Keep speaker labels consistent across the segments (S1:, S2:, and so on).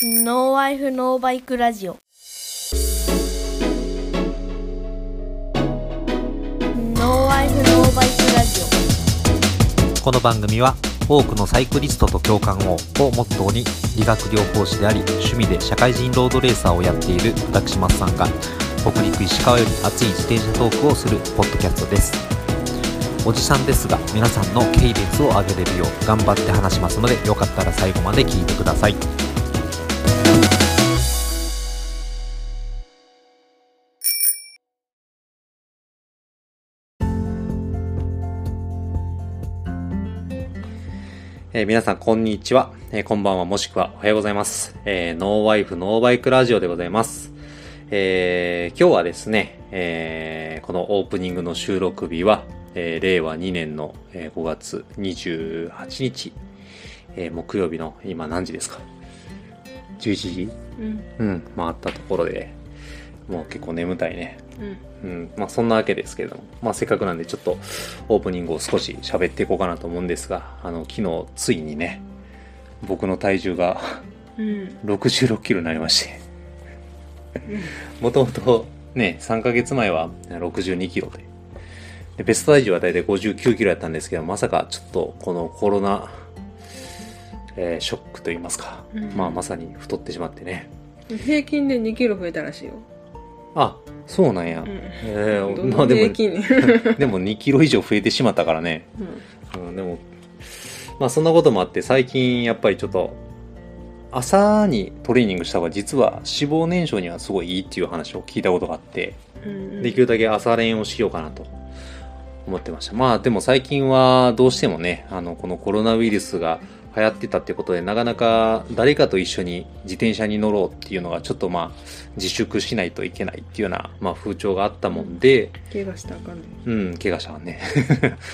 S1: ノーワイフノーバイクラジオ。ノーワイフノーバイクラジ
S2: この番組は多くのサイクリストと共感ををモットーに理学療法士であり趣味で社会人ロードレーサーをやっている私松さんが北陸石川より熱い自転車トークをするポッドキャストですおじさんですが皆さんの軽蔑を上げれるよう頑張って話しますのでよかったら最後まで聞いてくださいえー皆さん、こんにちは、えーこんばんは、もしくはおはようございます。えーノーワイフ、ノーバイクラジオでございます。えー今日はですね、えーこのオープニングの収録日は、えー令和2年の、えー5月28日、えー木曜日の今何時ですか ?11 時
S1: オ。うん。
S2: うん、回ったところで、もう結構眠たいね。
S1: うん。
S2: うん、まあそんなわけですけれども、まあせっかくなんでちょっとオープニングを少し喋っていこうかなと思うんですが、あの、昨日ついにね、僕の体重が
S1: うん。
S2: 66キロになりまして、もともとね、3ヶ月前は62キロで、でベスト体重はだいたい59キロやったんですけど、まさかちょっとこのコロナ、えーショックと言いますか、
S1: うん
S2: まあまさに太ってしまってね。
S3: 平均で2キロ増えたらしいよ。
S2: あ、そうなんや。
S3: うん
S2: えー
S3: どん
S2: まあ
S3: な
S2: で
S3: 平
S2: も、
S3: 均に。
S2: でも2キロ以上増えてしまったからね。
S3: うん
S2: うん、でも、まあそんなこともあって、最近やっぱりちょっと、朝にトレーニングした方が実は脂肪燃焼にはすごいいいっていう話を聞いたことがあって、
S3: うん
S2: できるだけ朝練をしようかなと思ってました。まあでも最近はどうしてもね、あの、このコロナウイルスが流行ってたってことで、なかなか誰かと一緒に自転車に乗ろうっていうのがちょっとまあ自粛しないといけないっていうような、まあ風潮があったもんで、
S3: 怪我したらあかんね。
S2: うん、怪我したわね。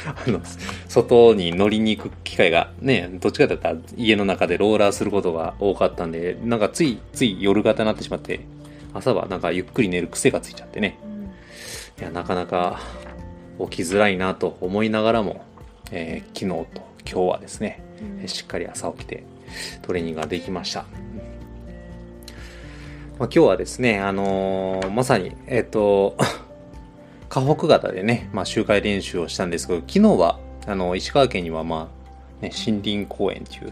S2: あの、外に乗りに行く機会がね、どっちかだったら家の中でローラーすることが多かったんで、なんかついつい夜型になってしまって、朝はなんかゆっくり寝る癖がついちゃってね。いや、なかなか起きづらいなと思いながらも、えー昨日と今日はですね、
S3: うん
S2: しっかり朝起きてトレーニングができました。まあ、今日はですね、あのーまさに、えっ、と、 河北型でね、まあ、周回練習をしたんですけど、昨日は、あの、石川県には、まあ、ね、森林公園とい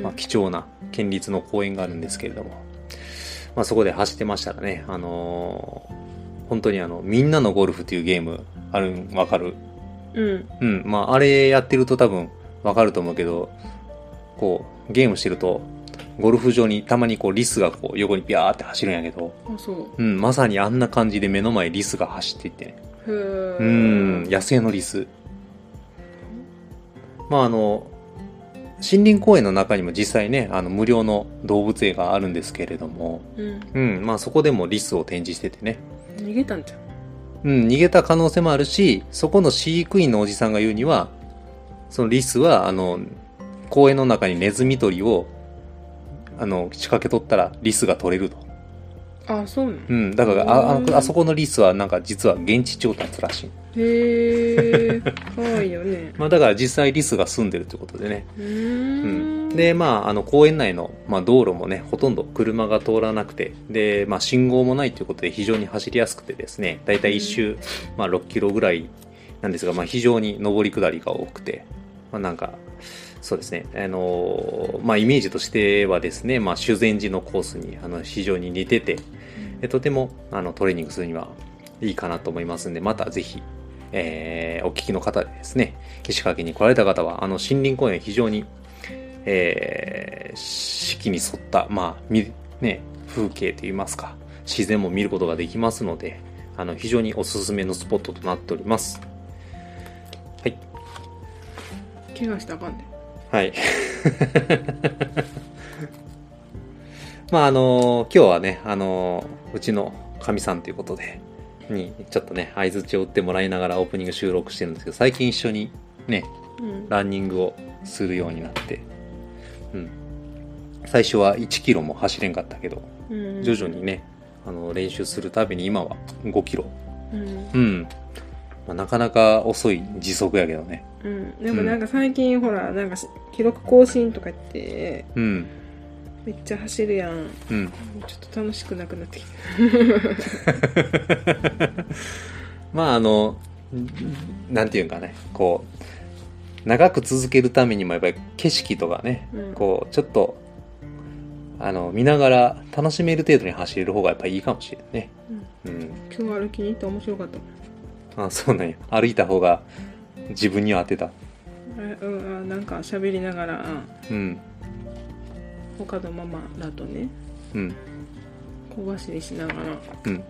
S2: う、まあ、貴重な県立の公園があるんですけれども、まあ、そこで走ってましたらね、あのー本当にあの、みんなのゴルフというゲーム、あるん、わかる
S3: うん。
S2: うん、まあ、あれやってると多分わかると思うけど、こう、ゲームしてると、ゴルフ場にたまにこう、リスがこう、横にビャーって走るんやけど、
S3: あ、そう。
S2: うん、まさにあんな感じで目の前リスが走っていってね。
S3: へー
S2: うん、。野生のリス。まあ、あの、森林公園の中にも実際ね、あの、無料の動物園があるんですけれども、
S3: うん。
S2: うん、まあ、そこでもリスを展示しててね。
S3: 逃げたんじゃん。
S2: うん、逃げた可能性もあるし、そこの飼育員のおじさんが言うには、そのリスは、あの、公園の中にネズミ捕りを、あの、仕掛け取ったらリスが取れると。
S3: あ、そうなの
S2: うん、だから、あ、あ
S3: うん
S2: あそこのリスはなんか実は現地調達らしい。
S3: へ ーかわいいよね。
S2: まあだから実際リスが住んでるってことでね。
S3: う
S2: うんん。。で、まあ、あの、公園内の、まあ、道路もね、ほとんど車が通らなくて、で、まあ、信号もないということで非常に走りやすくてですね、だいたい一周、まあ、6キロぐらいなんですが、まあ、非常に上り下りが多くて、まあ、なんか、そうですね、あのーまあ、イメージとしてはですね、まあ、修善寺のコースに、あの、非常に似てて、でとても、あの、トレーニングするにはいいかなと思いますんで、またぜひ、えーお聞きの方でですね、石川県に来られた方は、あの、森林公園非常に、えー四季に沿った、まあ、み、ね、風景といいますか、自然も見ることができますので、あの、非常におすすめのスポットとなっております。はい。
S3: 怪我したらあかんね。
S2: はい。 まああの今日はね、あのうちのかみさんということで、に、ちょっとね、相づちを打ってもらいながらオープニング収録してるんですけど、最近一緒にね、
S3: うん。
S2: ランニングをするようになって、うん。最初は1キロも走れんかったけど、
S3: うん
S2: 徐々にね、あの、練習するたびに今は5キロ。
S3: うん。
S2: うん。まあ、なかなか遅い時速やけどね。
S3: うん。でもなんか最近ほら、なんかし記録更新とか言って、
S2: うん。
S4: めっちゃ走るやん。
S2: うん。
S4: ちょっと楽しくなくなってきた。
S2: まああの、なんていうんかね、こう、長く続けるためにもやっぱり景色とかね、
S4: うん
S2: こう、ちょっと、あの、見ながら楽しめる程度に走れる方がやっぱりいいかもしれないね。
S4: う
S2: う
S4: ん
S2: ん。
S4: 今日歩きに行って面白かった。
S2: あ、そうなんや。歩いた方が自分には当てた。
S4: えうん、あなんか喋りながら、あ
S2: うん。
S4: 他のママだとね、
S2: うん。
S4: 小走りしながら、
S2: うん。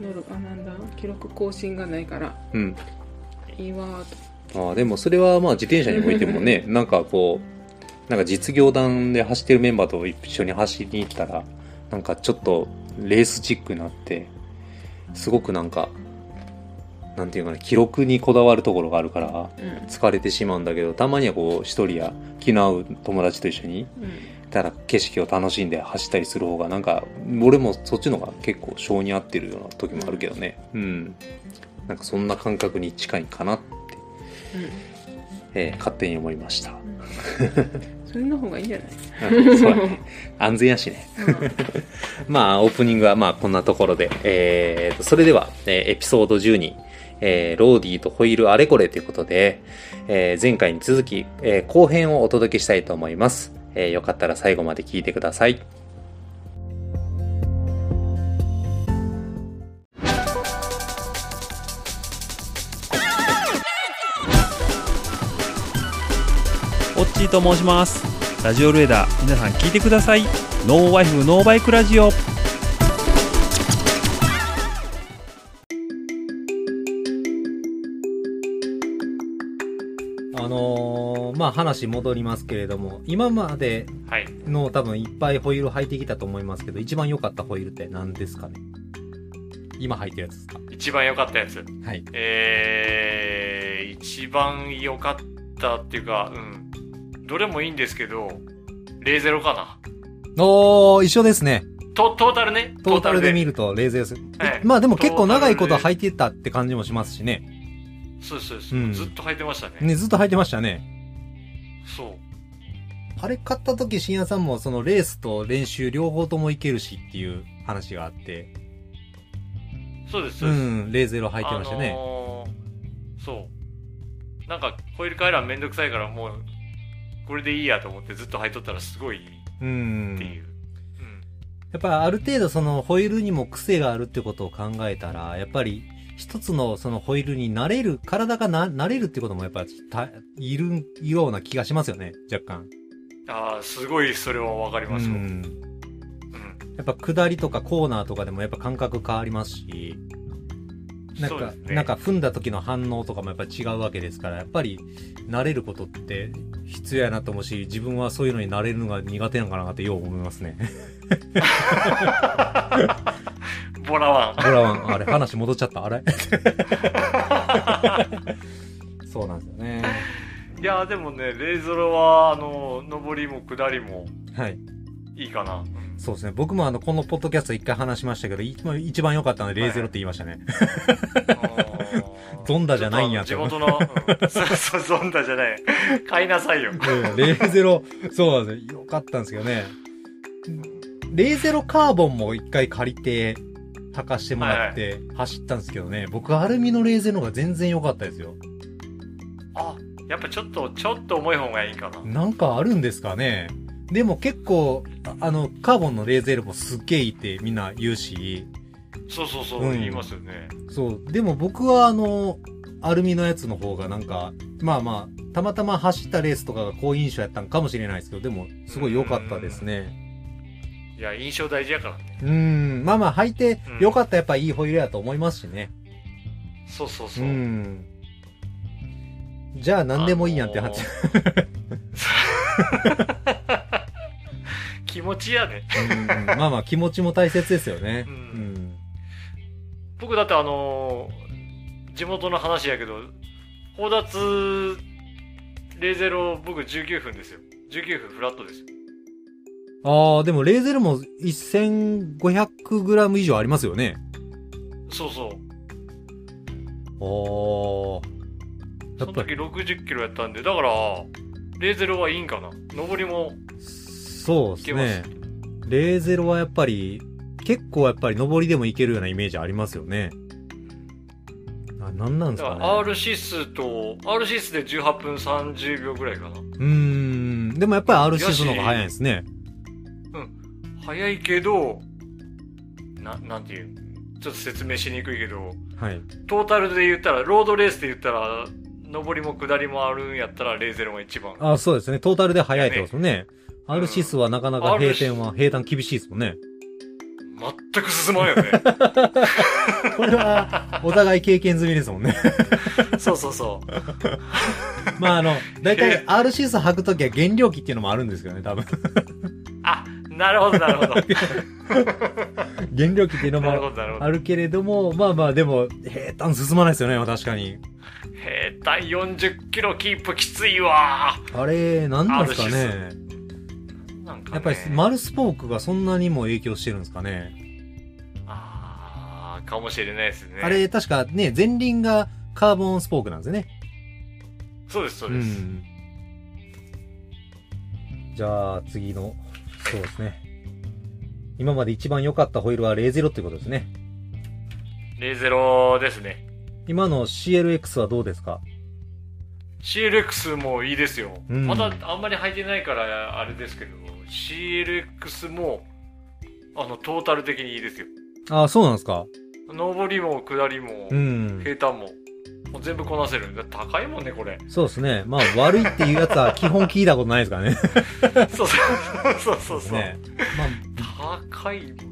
S4: 乗る、あ、なんだ、記録更新がないから、
S2: うん。
S4: いいわーと。
S2: ああ、でもそれはまあ自転車においてもね、なんかこう、なんか実業団で走ってるメンバーと一緒に走りに行ったら、なんかちょっとレースチックになって、すごくなんか、なんていうかな、記録にこだわるところがあるから、
S4: うん。
S2: 疲れてしまうんだけど、たまにはこう、一人や気の合う友達と一緒に、
S4: う
S2: ただ景色を楽しんで走ったりする方が、なんか、俺もそっちの方が結構性に合ってるような時もあるけどね。うん。なんかそんな感覚に近いかなって
S4: ん。うん
S2: えー勝手に思いました。
S4: それの方がいいんじゃない
S2: うんそうだね安全やしね。まあ、オープニングはまあこんなところで、えーと、それでは、えーエピソード12、えーローディとホイールあれこれということで、えー前回に続き、えー後編をお届けしたいと思います。えーよかったら最後まで聞いてください。
S5: オッチーと申しますラジオルエダー皆さん聞いてくださいノーワイフノーバイクラジオ
S2: あのまあ話戻りますけれども、今まで
S5: はい
S2: の多分いっぱいホイール履いてきたと思いますけど、一番良かったホイールって何ですかね今履いてるやつですか
S5: 一番良かったやつ
S2: はい。
S5: えー、一番良かったっていうかうんどれもいいんですけど00かな
S2: おー、一緒ですね。
S5: トトータルね
S2: トータルで見
S5: る
S2: ると冷静です。
S5: はい
S2: まあでも結構長いこと
S5: トータ
S2: 履
S5: ル
S2: いてたって感じもしますしね。
S5: そうですそうです、
S2: うん
S5: ずっと履いてましたね
S2: ね、ずっと履いてましたね。
S5: そう
S2: あれ買った時、深夜さんもそのレースと練習両方ともいけるしっていう話があって、
S5: そうですそううです、
S2: ん、レーゼロ履いてました
S5: あ
S2: ね。
S5: のーそうなんかホイール回覧めんどくさいからもうこれでいいやと思ってずっと履いとったらすごいいい
S2: うん
S5: って。いう、うん
S2: やっぱある程度そのホイールにも癖があるってことを考えたら、やっぱり一つのそのホイールに慣れる、体がな慣れるってこともやっぱたいるような気がしますよね、若干。
S5: ああすごいそれはわかり
S2: う
S5: ますよ、うん
S2: ん。やっぱ下りとかコーナーとかでもやっぱ感覚変わりますし、なん
S5: そうで
S2: か、
S5: すね
S2: なんか踏んだ時の反応とかもやっぱ違うわけですから、やっぱり慣れることって必要やなと思うし、自分はそういうのに慣れるのが苦手なのかなってよう思いますね。
S5: ボラワ
S2: ほ
S5: ン
S2: らワン、あれ話戻っちゃった、あれ そうなんですよね。
S5: いやーでもねレイゾロはあの上りも下りも
S2: はい。
S5: いいかな
S2: そうですね。僕もあの、このポッドキャスト一回話しましたけど、一番一番良かったのは0-0って言いましたね。 ゾンダじゃないんや
S5: と地元の、うん そうそうゾンダじゃない買いなさいよ
S2: レーゼロ、そうなんですよ。良かったんですけどね。レーゼロカーボンも一回借りて、履かしてもらって走ったんですけどね、僕アルミのレーゼロの方が全然良かったですよ。
S5: あやっぱちょっとちょっと重い方がいいかな
S2: なんかあるんですかねでも結構、ああの、カーボンのレーゼロもすっげえいいってみんな言うし、
S5: そうそうそう、
S2: うん
S5: 言いますよね
S2: そう、でも僕はあの、アルミのやつの方がなんか、まあまあ、たまたま走ったレースとかが好印象やったんかもしれないですけど、でも、すごい良かったですね。
S5: いや印象大事やからね
S2: うーん、まあまあ履いてよかった、やっぱいいホイールやと思いますしね。
S5: そうそう
S2: う
S5: そう、
S2: ん。じゃあ何でもいいやんって話。
S5: 気持ちやね
S2: うんまあまあ気持ちも大切ですよね。う
S5: うんん。僕だってあのー地元の話やけど宝達00僕19分ですよ19分フラットですよ
S2: ああ、でもレーゼルも 1500g 以上ありますよね。
S5: そうそう
S2: ああ。やっ
S5: その
S2: ぱ
S5: 時
S2: り、
S5: 60キロやったんでだから00はいいんかな上りも
S2: そうですね。00はやっぱり、結構やっぱり上りでもいけるようなイメージありますよね。あ、なんなんで
S5: だ
S2: す
S5: か
S2: からね。
S5: R シスと R シスで18分30秒ぐらいかな
S2: うーん。でもやっぱり R シスの方が早いですね。
S5: 早いけどななんていうちょっと説明しにくいけど
S2: はい。
S5: トータルで言ったらロードレースで言ったら上りも下りもあるんやったら00が一番
S2: あ、そうですね。トータルで早いってことですもんね。
S5: うん
S2: R シスはなかなか平点は、平坦厳しいですもんね。
S5: 全く進まんよね
S2: これは、お互い経験済みですも んね。
S5: そうそうそう
S2: まあ、あの、だいたい R シス履くときは減量期っていうのもあるんですけどね、多 分。
S5: あなるほどなる ほど
S2: 減量期っていうの
S5: なるほ
S2: も
S5: どなるほど
S2: あるけれども、まあまあ、でも、平坦進まないですよね、確かに。
S5: 平坦40キロキープきついわ
S2: あれ、なんなんですか
S5: R
S2: ね。
S5: なんか、ね、
S2: やっぱり、丸スポークがそんなにも影響してるんですかね。
S5: あーかもしれないですね
S2: あれ、確かね、前輪がカーボンスポークなんですよね。
S5: そうですそう
S2: う
S5: です、
S2: ん。じゃあ、次の、そうですね。今まで一番良かったホイールは00ってことですね。
S5: 00ですね
S2: 今の CLX はどうですか
S5: CLX もいいですよ、
S2: うん
S5: まだあんまり履いてないからあれですけど CLX もあのトータル的にいいですよ
S2: ああ、そうなんですか。
S5: 上りも下りも
S2: うん。
S5: 平坦ももう全部こなせるだ高いもんねこれ
S2: そうですね。まあ、悪いっていうやつは基本聞いたことないですからね。
S5: そうそうそうそうそう、
S2: ね。 ま
S5: 高いもんね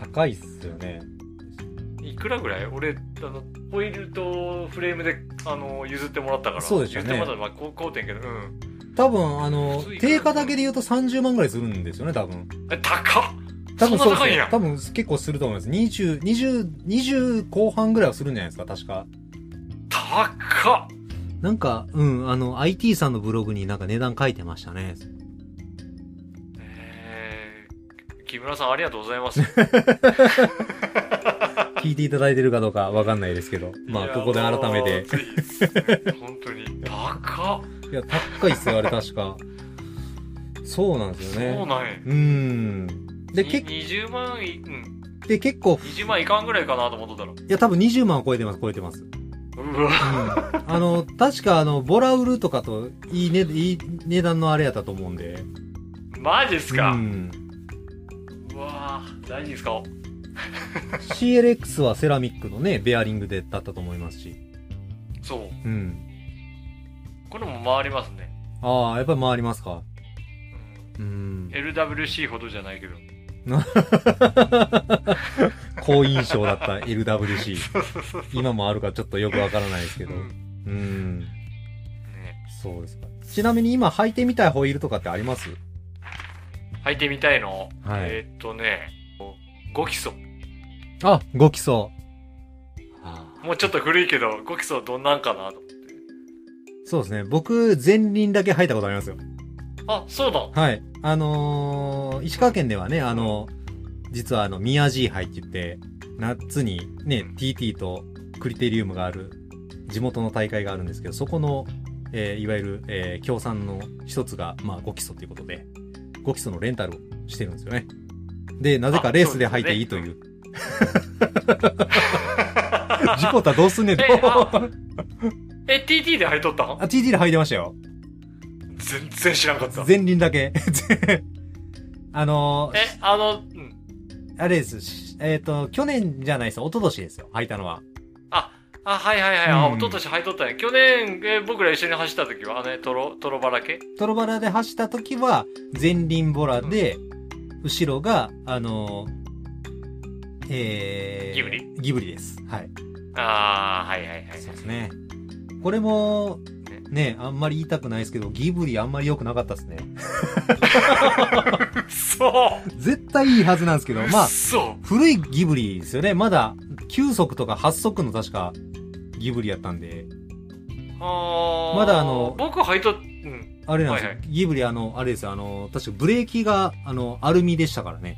S2: あ、高いっすよね。
S5: いくらぐらい俺あのホイールとフレームであの譲ってもらったから
S2: そうですよね
S5: 譲ってもらったまあ高点けどうん
S2: 多分、あの
S5: 普通、いくら
S2: 定価だけで言うと30万ぐらいするんですよね、多分。
S5: え高っ
S2: 多分
S5: そ
S2: そ
S5: ん
S2: うです
S5: な高いん
S2: ね
S5: や。
S2: 多分結構すると思います。20、20、20後半ぐらいはするんじゃないですか、確か。
S5: 高っ
S2: なんか、うん、あの、IT さんのブログになんか値段書いてましたね。
S5: えー木村さんありがとうございます
S2: 聞いていただいてるかどうかわかんないですけど。 まあ、ここで改めて。。
S5: 本当に。高っ。
S2: いや、高いっすよ、あれ確か。そうなんです
S5: そう
S2: よね。
S5: なんや。
S2: うーん。で、
S5: に
S2: け、
S5: 20万い、うん。
S2: で、結構、
S5: 20万いかんぐらいかなと思っとっ
S2: いや、多分20万を超えてます、超えてます。うん。
S5: たら。うわ。
S2: あの、確か、あの、ボラウルとかと、いいね、いい値段のあれやったと思うんで。
S5: マジっすか。
S2: う。
S5: うんわぁ、大事ですか
S2: CLX はセラミックのね、ベアリングでだったと思いますし。
S5: そ
S2: う
S5: う。
S2: ん。
S5: これも回りますね。
S2: ああ、やっぱり回りますか。
S5: う
S2: う
S5: ん
S2: ん。
S5: LWC ほどじゃないけど。
S2: 好印象だった LWC。
S5: そうそうそうそう。
S2: 今もあるかちょっとよくわからないですけど。
S5: うん
S2: うん。
S5: ね
S2: そうですか。ちなみに今履いてみたいホイールとかってあります
S5: 履いてみたいの。
S2: はい
S5: えーっとね、5基礎。
S2: あ、ご基礎。
S5: もうちょっと古いけど、5基礎どんなんかなと。
S2: そうですね。僕、前輪だけ履いたことありますよ。
S5: あ、そうだ。
S2: はい。あのー、石川県ではね、あの実はあの、宮地杯って言って、夏にね、TT とクリテリウムがある、地元の大会があるんですけど、そこの、えーいわゆる、えー協賛の一つが、まあ、5基礎ということで、5基礎のレンタルをしてるんですよね。で、なぜかレースで履いていいという。 事故ったらどうすんねんと。
S5: えあ
S2: あ、
S5: え、TT で履いとったん
S2: TT で履いてましたよ。
S5: 全然知らんかった。
S2: 前輪だけ。 あのー
S5: え、あの、うん。
S2: あれです。しえっ、と、去年じゃないです。一昨年ですよ。履いたのは。
S5: あ、あ、はいはいはい。
S2: う
S5: あ、
S2: ん
S5: 一昨年履いとったんや。去年、えー僕ら一緒に走った時は、あのね、トロ、トロバラ系
S2: トロバラで走った時は、前輪ボラで、後ろが、あのーえー、
S5: ギブリ
S2: ギブリです。はい。
S5: あー、はいはいはい。
S2: そうですね。これも
S5: ね、
S2: ね、あんまり言いたくないですけど、ギブリあんまり良くなかったですね。
S5: そう
S2: 絶対いいはずなんですけど、まあ、
S5: そ
S2: 古いギブリですよね。まだ、9速とか8速の確か、ギブリやったんで、
S5: あー
S2: まだあの
S5: 僕履いと、うん。
S2: あれなんですよ。
S5: はいは
S2: ギブリ、あの、あれですよ。あの、確かブレーキが、あの、アルミでしたからね。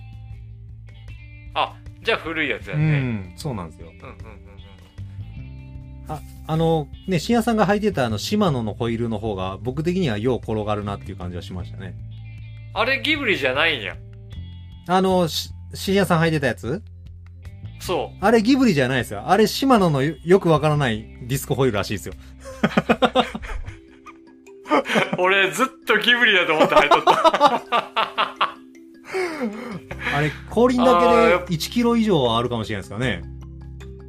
S5: あ、じゃあ古いやつや
S2: う
S5: ね。
S2: ん、そうなんですよ。
S5: うん、うん、うん
S2: あ、あの、ね、深夜さんが履いてたあの、シマノのホイールの方が、僕的にはよう転がるなっていう感じはしましたね。
S5: あれギブリじゃないんや。
S2: あの、し深夜さん履いてたやつ
S5: そ
S2: あれギブリじゃないですよ。あれシマノのよよくわからないディスコホイールらしいですよ。
S5: う。俺ずっとギブリだと思って入っとった。
S2: あれ、後輪だ
S5: あーやっ
S2: けで1キロ以上はあるかもしれないですかね。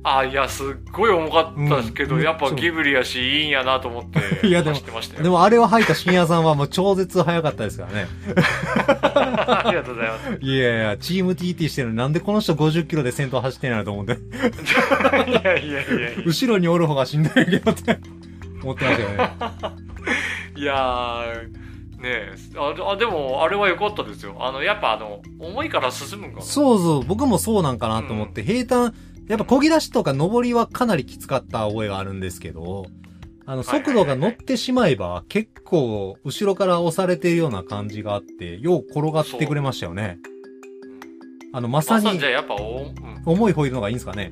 S5: あ、いや、すっごい重かったですけど、
S2: うん
S5: やっぱギブリやし、いいんやなと思って走
S2: いやでも
S5: ってましたよ。
S2: でもあれを履いた深夜さんはもう超絶早かったですからね。
S5: ありがとうございます。
S2: いやいや、チーム TT してるのになんでこの人50キロで先頭走ってないのと思って。
S5: いやいやいやいや。
S2: 後ろにおる方がしんどいけどって思ってましたよね。
S5: いやー、ねえあであ、でも、あれは良かったですよ。あの、やっぱあの、重いから進むんかな。
S2: そうそう、僕もそうなんかなと思って、平坦、やっぱ漕ぎ出しとか上りはかなりきつかった覚えがあるんですけど、あの、
S5: はいはい
S2: 速度が乗ってしまえば、結構、後ろから押されてるような感じがあって、よう転がってくれましたよね。あの、まさ
S5: まさ
S2: に
S5: にじゃ、あやっぱお、うん、
S2: 重いホイールの方がいいんですかね。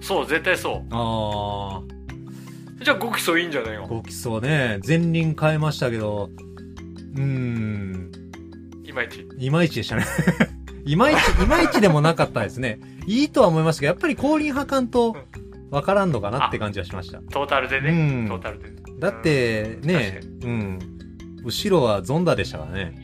S5: そう、絶対そ
S2: あ
S5: う。じゃあ5基礎いいんじゃない
S2: ー、
S5: の
S2: ごきそうね。前輪変えましたけど、うーん、
S5: いまいち。
S2: いまいちでしたね。 いまいち、いまいちでもなかったですね。いいとは思いましたけど、やっぱり後輪派感と、わからんのかなって感じはしました。
S5: トータルでね。
S2: うん
S5: トータルでね。
S2: だってね、うん、後ろはゾンダでしたからね。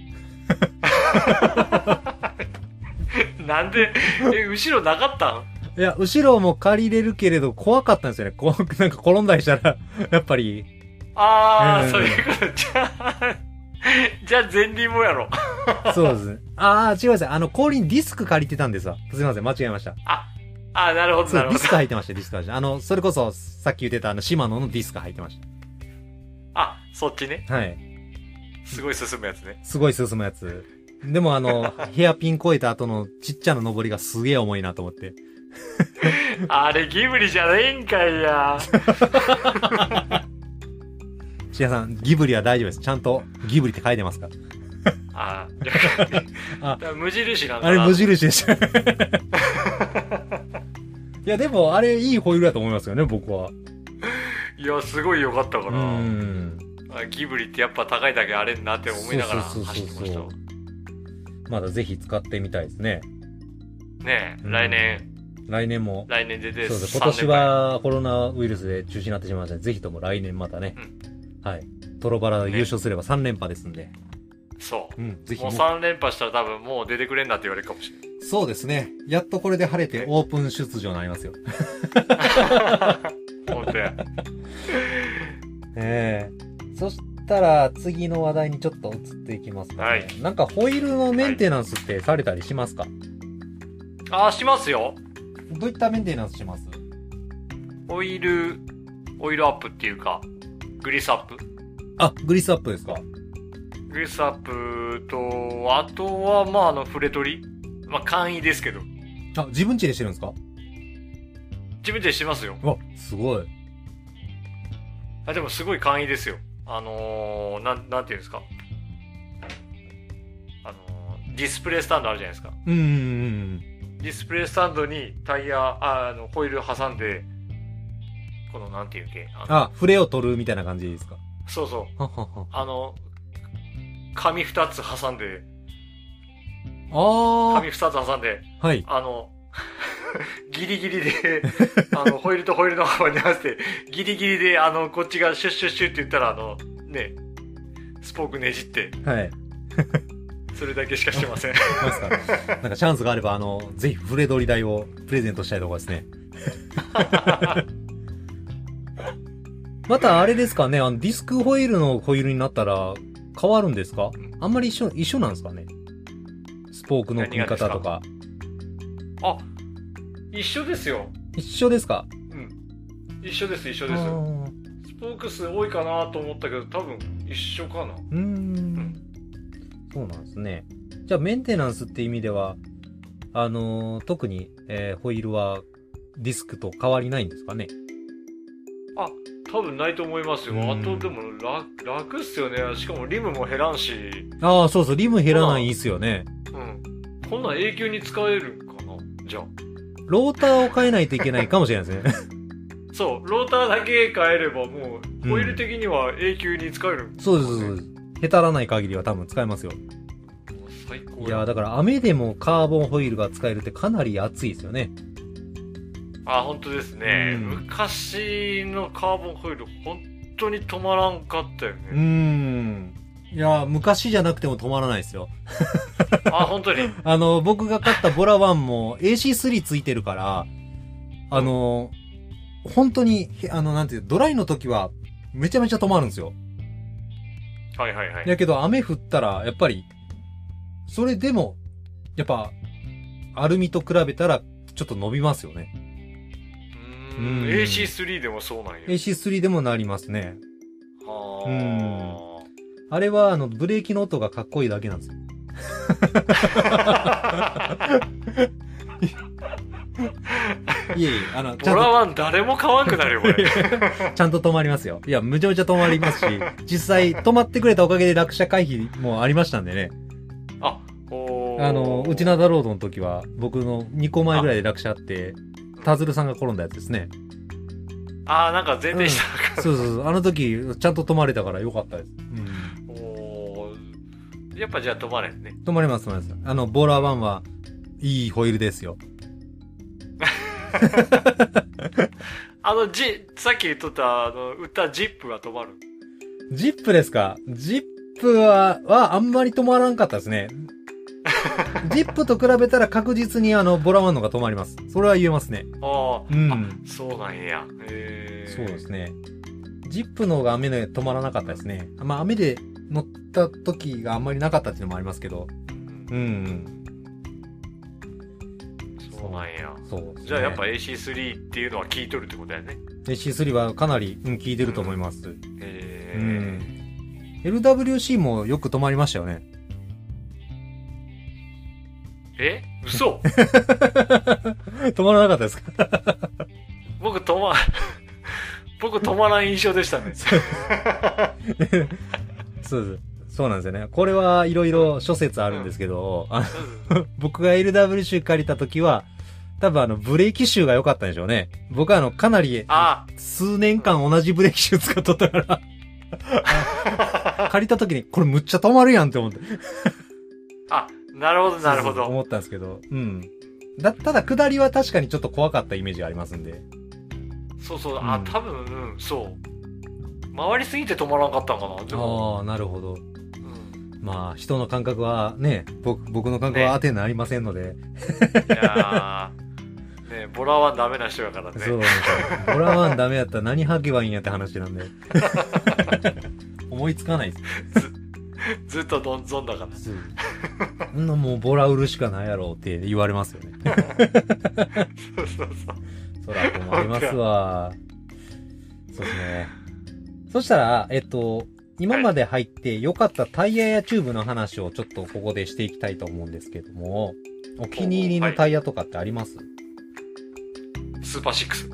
S5: うん、なんで、え、後ろなかったん
S2: いや、後ろも借りれるけれど、怖かったんですよね。こう、なんか転んだりしたら、 やっぱり、
S5: あー、
S2: うん
S5: そういうこと。じゃあ、じゃあ前輪もやろ。
S2: そうですね。あー、違います。あの、後輪ディスク借りてたんですわ。すみません、間違えました。
S5: あー、なるほど、
S2: そ
S5: な
S2: う、
S5: る
S2: デ
S5: ほ
S2: ィ
S5: ど
S2: ス。ク入ってました、ディスク入ってました。あの、それこそ、さっき言ってた、あの、シマノのディスク入ってまし
S5: あ、そっちね。
S2: た。はい。
S5: すごい進むやつね。
S2: すごい進むやつ。でもあ の、ヘアピン越えた後のちっちゃな登りがすげえ重いなと思って。
S5: あれ、ギブリじゃないんかい や。
S2: シアさん、ギブリは大丈夫です。ちゃんとギブリって書いてますから。
S5: あー、了解
S2: あ
S5: だから無印なんだ
S2: あ
S5: な
S2: れ無印でした。いや、でも、あれ、 いいホイールだと思いますよね、僕は。
S5: いや、すごい良かったか
S2: う
S5: ら。
S2: ん。
S5: あギブリってやっぱ高いだけあれんなって思いながら
S2: そうそう
S5: 走
S2: そう
S5: っ
S2: そう
S5: てましたわ
S2: まだぜひ使ってみたいですね。
S5: ねえ、
S2: うん
S5: 来年
S2: 来年も。
S5: 来年出て
S2: そうです。
S5: 3
S2: 今年
S5: 年前
S2: はコロナウイルスで中止になってしまいましたので、ぜひとも来年またね。はい。トロバラ優勝すれば3連覇ですんで。
S5: そ
S2: うん、ぜ
S5: う
S2: ひ
S5: もう3連覇したら多分もう出てくれんなって言われるかもしれない
S2: そうですね。やっとこれで晴れてオープン出場になりますよ。
S5: 本当や
S2: ええそしたら、次の話題にちょっと移っていきますか、ね。
S5: はい
S2: なんかホイールのメンテナンスってされたりしますか、
S5: ああしますよ
S2: どういったメンテナンスします
S5: オイルオイルアップっていうかグリスアップ
S2: あ、グリスアップですか。
S5: グリスアップとあとはまああのフレ取りまあ簡易ですけど
S2: あ、自分家でしてるんですか
S5: 自分でしてますよ
S2: うわ、すごい。
S5: あでもすごい簡易ですよあのー、なんなんていうんですかあのーディスプレイスタンドあるじゃないですか
S2: うんうん
S5: ディスプレイスタンドにタイヤああのホイール挟んでこのなんていうっけあ
S2: うん。
S5: の
S2: あ、触れを取るみたいな感じですか。
S5: そうそう
S2: ははは。
S5: あの紙2つ挟んで
S2: あ
S5: 紙2つ挟んで
S2: あ。はい。
S5: あの ギリギリであのホイールとホイールの幅に合わせてギリギリであのこっちがシュッシュッシュッって言ったらあのねスポークねじって
S2: はい。
S5: それだけしかしてません
S2: なんすか。 なんかチャンスがあれば、あの、ぜひ触れ取り台をプレゼントしたいところですね。 またあれですかね、あの、ディスクホイールのホイールになったら変わるんですかあんまり一緒、一緒なんですかねスポークの組み方と
S5: 何が
S2: か。
S5: あ一緒ですよ
S2: 一緒ですか
S5: うん一緒です一緒
S2: あ
S5: です
S2: ー
S5: スポーク数多いかなと思ったけど多分一緒かな
S2: うーん。そうなんですね。じゃあ、メンテナンスって意味では、あのー特に、えーホイールはディスクと変わりないんですかね。
S5: 多分ないと思いますよ、
S2: うん
S5: あとでも楽楽っすよねしかもリムも減らんし
S2: ああ、そうそう、リム減らないんですよね。
S5: うんこんなん永久に使えるんかなじゃあ
S2: ローターを変えないといけないかもしれないです ね。
S5: そうローターだけ変えればも
S2: う
S5: うんホイール的には永久に使えるん、
S2: そうです、そうです。へたらない限りは多分使えますよ。
S5: 最高
S2: いやーだから雨でもカーボンホイールが使えるってかなり熱いですよね。
S5: あ本当ですね、
S2: うん
S5: 昔のカーボンホイール本当に止まらんかったよ
S2: うー
S5: ね、
S2: ん。いやー昔じゃなくても止まらないですよ。
S5: あ本当に
S2: あの、僕が買ったボラワンも AC3 ついてるから、あの、本当に、へあの、なんていう、ドライの時はめちゃめちゃ止まるんですよ。
S5: はいはいはい
S2: だけど雨降ったら、やっぱり、それでも、やっぱ、アルミと比べたら、ちょっと伸びますよね。
S5: う
S2: うん
S5: ん AC3 でもそうなんや
S2: AC3 でもなりますね。
S5: は
S2: あれは、あの、ブレーキの音がかっこいいだけなんですよ。
S5: あ
S2: いえいえ、あの、ちゃ
S5: ボ
S2: ん
S5: ラ
S2: と、
S5: ワン誰も買わんくなるよこれ
S2: ちゃんと止まりますよ。いや、むちゃむちゃ止まりますし、実際、止まってくれたおかげで落車回避もありましたんでね。
S5: あおー
S2: あの、内灘ロードの時は、僕の2個前ぐらいで落車あって、田鶴さんが転んだやつですね。
S5: あーなんか前転した、
S2: そうそうそう。あの時、ちゃんと止まれたから良かったです。うん。
S5: おーやっぱじゃあ止まれんね
S2: 止まれます、止まれます。あの、ボーラーワンは、いいホイールですよ。
S5: あのジさっき言っとったあの売ったジップは止まる
S2: ジップですかジップは、はあんまり止まらんかったです ね。ジップと比べたら確実にあの、ボラワンの方が止まります。それは言えますね。
S5: あ
S2: う
S5: ー、
S2: ん
S5: あそうなんやへー
S2: そうですね。ジップの方が雨で止まらなかったですね。まあ雨で乗った時があんまりなかったっていうのもありますけど。うん、うん。
S5: そうなんや
S2: そう、
S5: じゃあやっぱ AC3 っていうのは効いとるってことやね
S2: AC3 はかなり、うん、効いてると思います。
S5: へ
S2: う
S5: ー
S2: ん。LWC もよく止まりましたよね。
S5: え 嘘
S2: 止まらなかったですか
S5: 僕止ま 僕止まらん印象でしたね
S2: そうです。そうなんですよね。これはいろいろ諸説あるんですけど、あの僕が LWC 借りた時は、多分あのブレーキ臭が良かったんでしょうね。僕はあのかなり
S5: あ
S2: 数年間同じブレーキシュー使っとったから、借りた時に、これむっちゃ止まるやんって思って。
S5: あなるほどなるほ
S2: そうそう
S5: ど
S2: 思ったんですけど、うん。だ、ただ下りは確かにちょっと怖かったイメージがありますんで。
S5: そうそう
S2: う
S5: あ
S2: ん
S5: 多分うんそう回りすぎて止まらんかったんかなでも、
S2: ああ、なるほど。
S5: うん
S2: まあ、人の感覚はね、僕、僕の感覚は当てになりませんので、
S5: いやーねボラはダメな人やからね
S2: そうなんですよ。ボラワンダメやったら何履けばいいんやって話なん で。思いつかないで
S5: ずっとどんぞんだから
S2: す。うんなもうボラ売るしかないやろうって言われますよね。
S5: そうそうそう
S2: そら困りますわ。そうですね。そしたら、えっと、今まで入って良かったタイヤやチューブの話をちょっとここでしていきたいと思うんですけども、お気に入りのタイヤとかってあります、
S5: スーパーシックス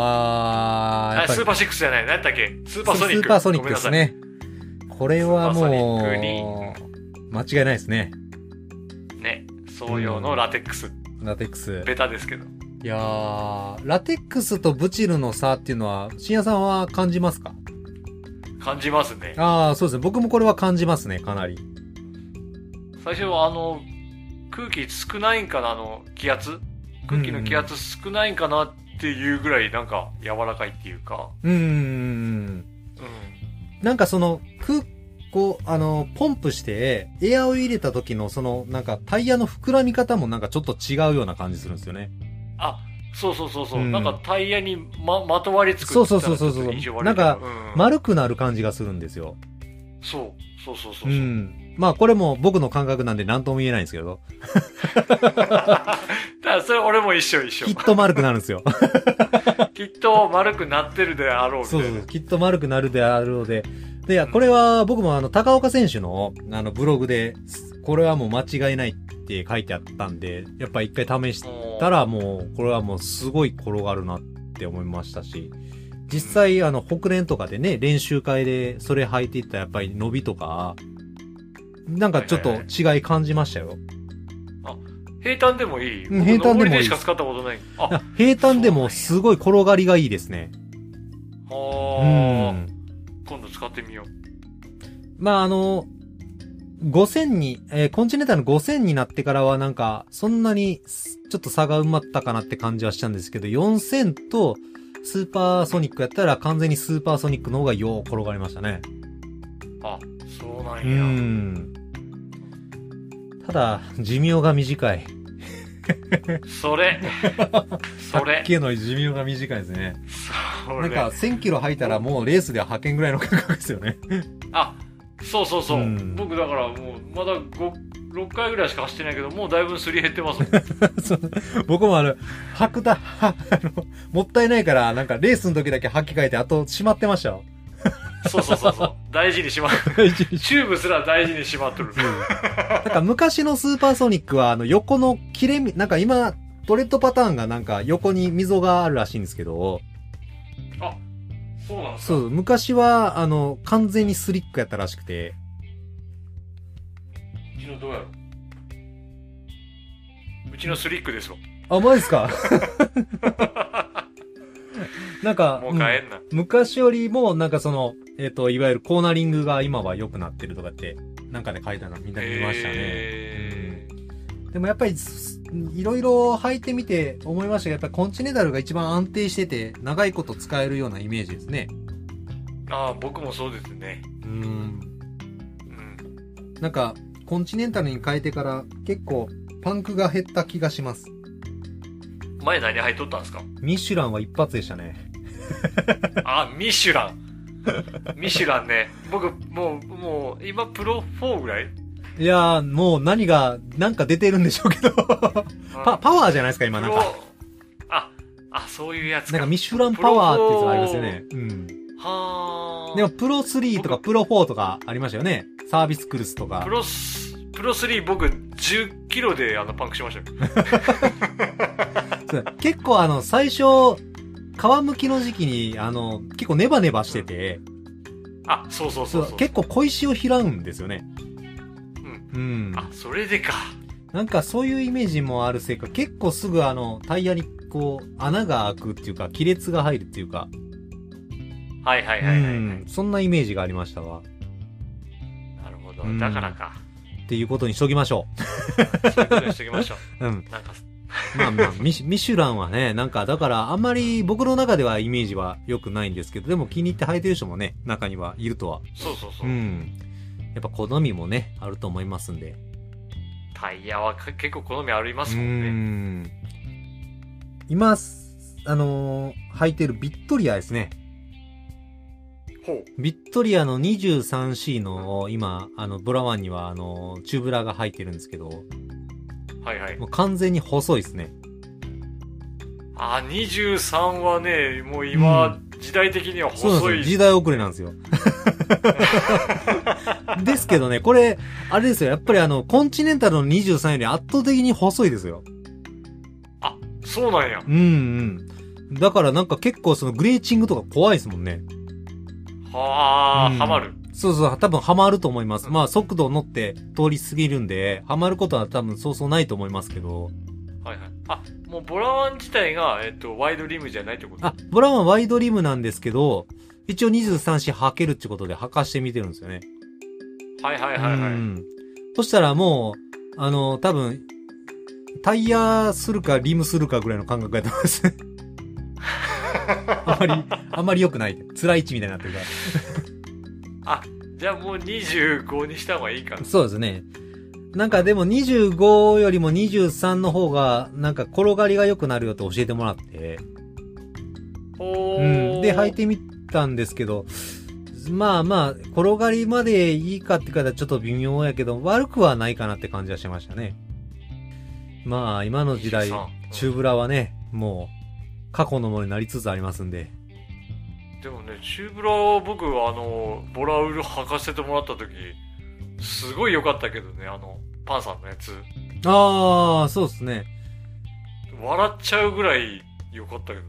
S2: あー、や
S5: あ
S2: っぱり
S5: スーパーシックスじゃない何やったっけスーパーソニック
S2: スーパーソニッ
S5: ご
S2: ク
S5: めん
S2: で
S5: なさ
S2: す
S5: い
S2: ね。これは
S5: スーパー
S2: も
S5: ソニ
S2: う、間違いないですね。
S5: ね創用のラテックス
S2: ラテックス。
S5: ベタですけど
S2: いやー、ラテックスとブチルの差っていうのは、深夜さんは感じますか
S5: 感じますね
S2: あー、そうですね。僕もこれは感じますね、かなり。
S5: 最初はあの空気少ないんかなあの気圧空気の気圧少ないんかなっていうぐらいなんか柔らかいっていうか、
S2: うーん。
S5: うん、
S2: なんかその、空、こう、あの、ポンプして、エアを入れた時の、その、なんか、タイヤの膨らみ方もなんかちょっと違うような感じするんですよね。
S5: あそうそうそうそう、
S2: うん
S5: なんかタイヤにままとわりつく
S2: そうそうそうそうそう
S5: って言ったらちょっと印象悪い
S2: なんか
S5: けどうん
S2: 丸くなる感じがするんですよ。。
S5: そうそうそうそうう、うん
S2: まあ、これも僕の感覚なんで何とも言えないんですけど、
S5: だからそれ俺も一緒一緒
S2: きっと丸くなるんです よ。
S5: きっと丸くなってるであろうみた
S2: そ
S5: いうな
S2: そうそう、きっと丸くなるであろうで。で、いやこれは僕もあの、高岡選手の、あの、ブログで、これはもう間違いないって書いてあったんで、やっぱ一回試したらもう、これはもうすごい転がるなって思いましたし、実際あの、北連とかでね、練習会でそれ履いていったらやっぱり伸びとか、なんかちょっと違い感じましたよ。
S5: 平坦でもいい
S2: うん平坦でもいい
S5: 僕登りでしか使ったことないあ
S2: あ平坦でもすごい転がりがいいですね。う
S5: は
S2: ん。
S5: あ今度使ってみよう
S2: まああの、 5000に、えーコンチネンタルの5000になってからはなんか、そんなにすちょっと差が埋まったかなって感じはしたんですけど、4000とスーパーソニックやったら完全にスーパーソニックの方がよう転がりましたね。
S5: あそうな
S2: うん
S5: や、
S2: ん。ただ、寿命が短い。
S5: それそれ
S2: 100の寿命が短いですね。
S5: そ
S2: なん
S5: れ
S2: か1000キロ履いたらもうレースでは派遣ぐらいの価格ですよね。
S5: あそうそうそう、
S2: うん
S5: 僕だからもうまだ5 6回ぐらいしか走ってないけどもうだいぶすり減ってますもん
S2: そう僕もあの、履くた、はあの、もったいないから、なんかレースの時だけ履き替えて、あとしまってましたよ。
S5: そうそうそうそう大事に しまうチューブすら大事にしまっとる
S2: なんか昔のスーパーソニックは、あの、横の切れみ、なんか今、トレッドパターンがなんか横に溝があるらしいんですけど、
S5: あそうなんですか
S2: そう、昔は、あの、完全にスリックやったらしくて、
S5: うちのどうやろうちのスリックですもん
S2: あ、マジです かなんか、
S5: もう帰んな、
S2: うん昔よりも、なんかその、えっ、と、いわゆるコーナリングが今は良くなってるとかって、なんかで書いたのみんな見ましたね。
S5: へー
S2: でもやっぱりす、いろいろ履いてみて思いましたけど、やっぱりコンチネンタルが一番安定してて、長いこと使えるようなイメージですね。
S5: ああ僕もそうですね
S2: うん。
S5: うん
S2: なんか、コンチネンタルに変えてから結構パンクが減った気がします。
S5: 前何入っとったんですか
S2: ミシュランは一発でしたね。
S5: あミシュランミシュランね僕もうもう今プロ4ぐらい
S2: いやー、もう何が、なんか出てるんでしょうけど。パ、パワーじゃないですか、今なんか。
S5: ああそういうやつか
S2: なんかミシュランパワーってやつがありますよね。うん。
S5: はあ
S2: でもプロ3とかプロ4とかありましたよね。サービスクルスとか
S5: プ。ロスプロ3僕10キロであのパンクしましたよ
S2: そう結構あの、最初、皮むきの時期に、あの、結構ネバネバしてて、
S5: あそうそう
S2: そ
S5: そううそう
S2: 結構小石を拾うんですよね。うん。
S5: あそれでか
S2: なんかそういうイメージもあるせいか、結構すぐあの、タイヤにこう、穴が開くっていうか、亀裂が入るっていうか、
S5: はいはいはいはい、は
S2: う
S5: い
S2: んそんなイメージがありましたわ。
S5: なるほど
S2: うん
S5: だからか
S2: っていうことにしときましょ
S5: そういうことにしときましょ
S2: う。うん。
S5: う なんか
S2: まあまあ、ミシミシュランはね、なんか、だからあんまり僕の中ではイメージは良くないんですけど、でも気に入って履いてる人もね、中にはいるとは。
S5: そうそうそうう、
S2: ん。やっぱ好みもね、あると思いますんで。
S5: タイヤはか結構好みありま
S2: う
S5: すもんね
S2: ん今、あのー履いてるビットリアですね。
S5: ほう
S2: ビットリアの 23C の今、あの、ブラワンには、あのー、チューブラが入ってるんですけど、
S5: はいはい
S2: もう完全に細いですね。
S5: あ23はねもう今、時代的には
S2: そうなん
S5: 細
S2: ですよ。時
S5: い
S2: 代遅れなんですよ。 ですけどね、これ、あれですよ。やっぱりあの、コンチネンタルの23より圧倒的に細いですよ。
S5: あそうなんや
S2: うんうん。だからなんか結構そのグレーチングとか怖いですもんね。
S5: はあ、
S2: うん
S5: はまる
S2: そうそう、多分ハマると思います。まあ速度乗って通り過ぎるんで、ハマることは多分そうそうないと思いますけど。
S5: はいはいあもうボラワン自体が、えっと、ワイドリムじゃないってこと
S2: あ、ブラウンはワイドリムなんですけど、一応23子履けるってことで履かしてみてるんですよね。
S5: はいはいはいはい、
S2: うん。そしたらもう、あの、多分、タイヤするかリムするかぐらいの感覚やと思います。 あまり、あまり良くない。辛い位置みたいになってるから。
S5: じゃあもう25にした方がいいかな
S2: そうですね。なんかでも25よりも23の方が、なんか転がりが良くなるよって教えてもらって。
S5: お
S2: うん。で、履い
S5: て
S2: てみたんですけど、まあまあ、転がりまでいいかって方はちょっと微妙やけど、悪くはないかなって感じはしましたね。まあ、今の時代、チューブラはね、もう、過去のものになりつつありますんで。
S5: でもねチューブラを僕あのボラウル履かせてもらった時すごい良かったけどねあのパンさんのやつ
S2: ああ、そうですね。
S5: 笑っちゃうぐらい良かったけどね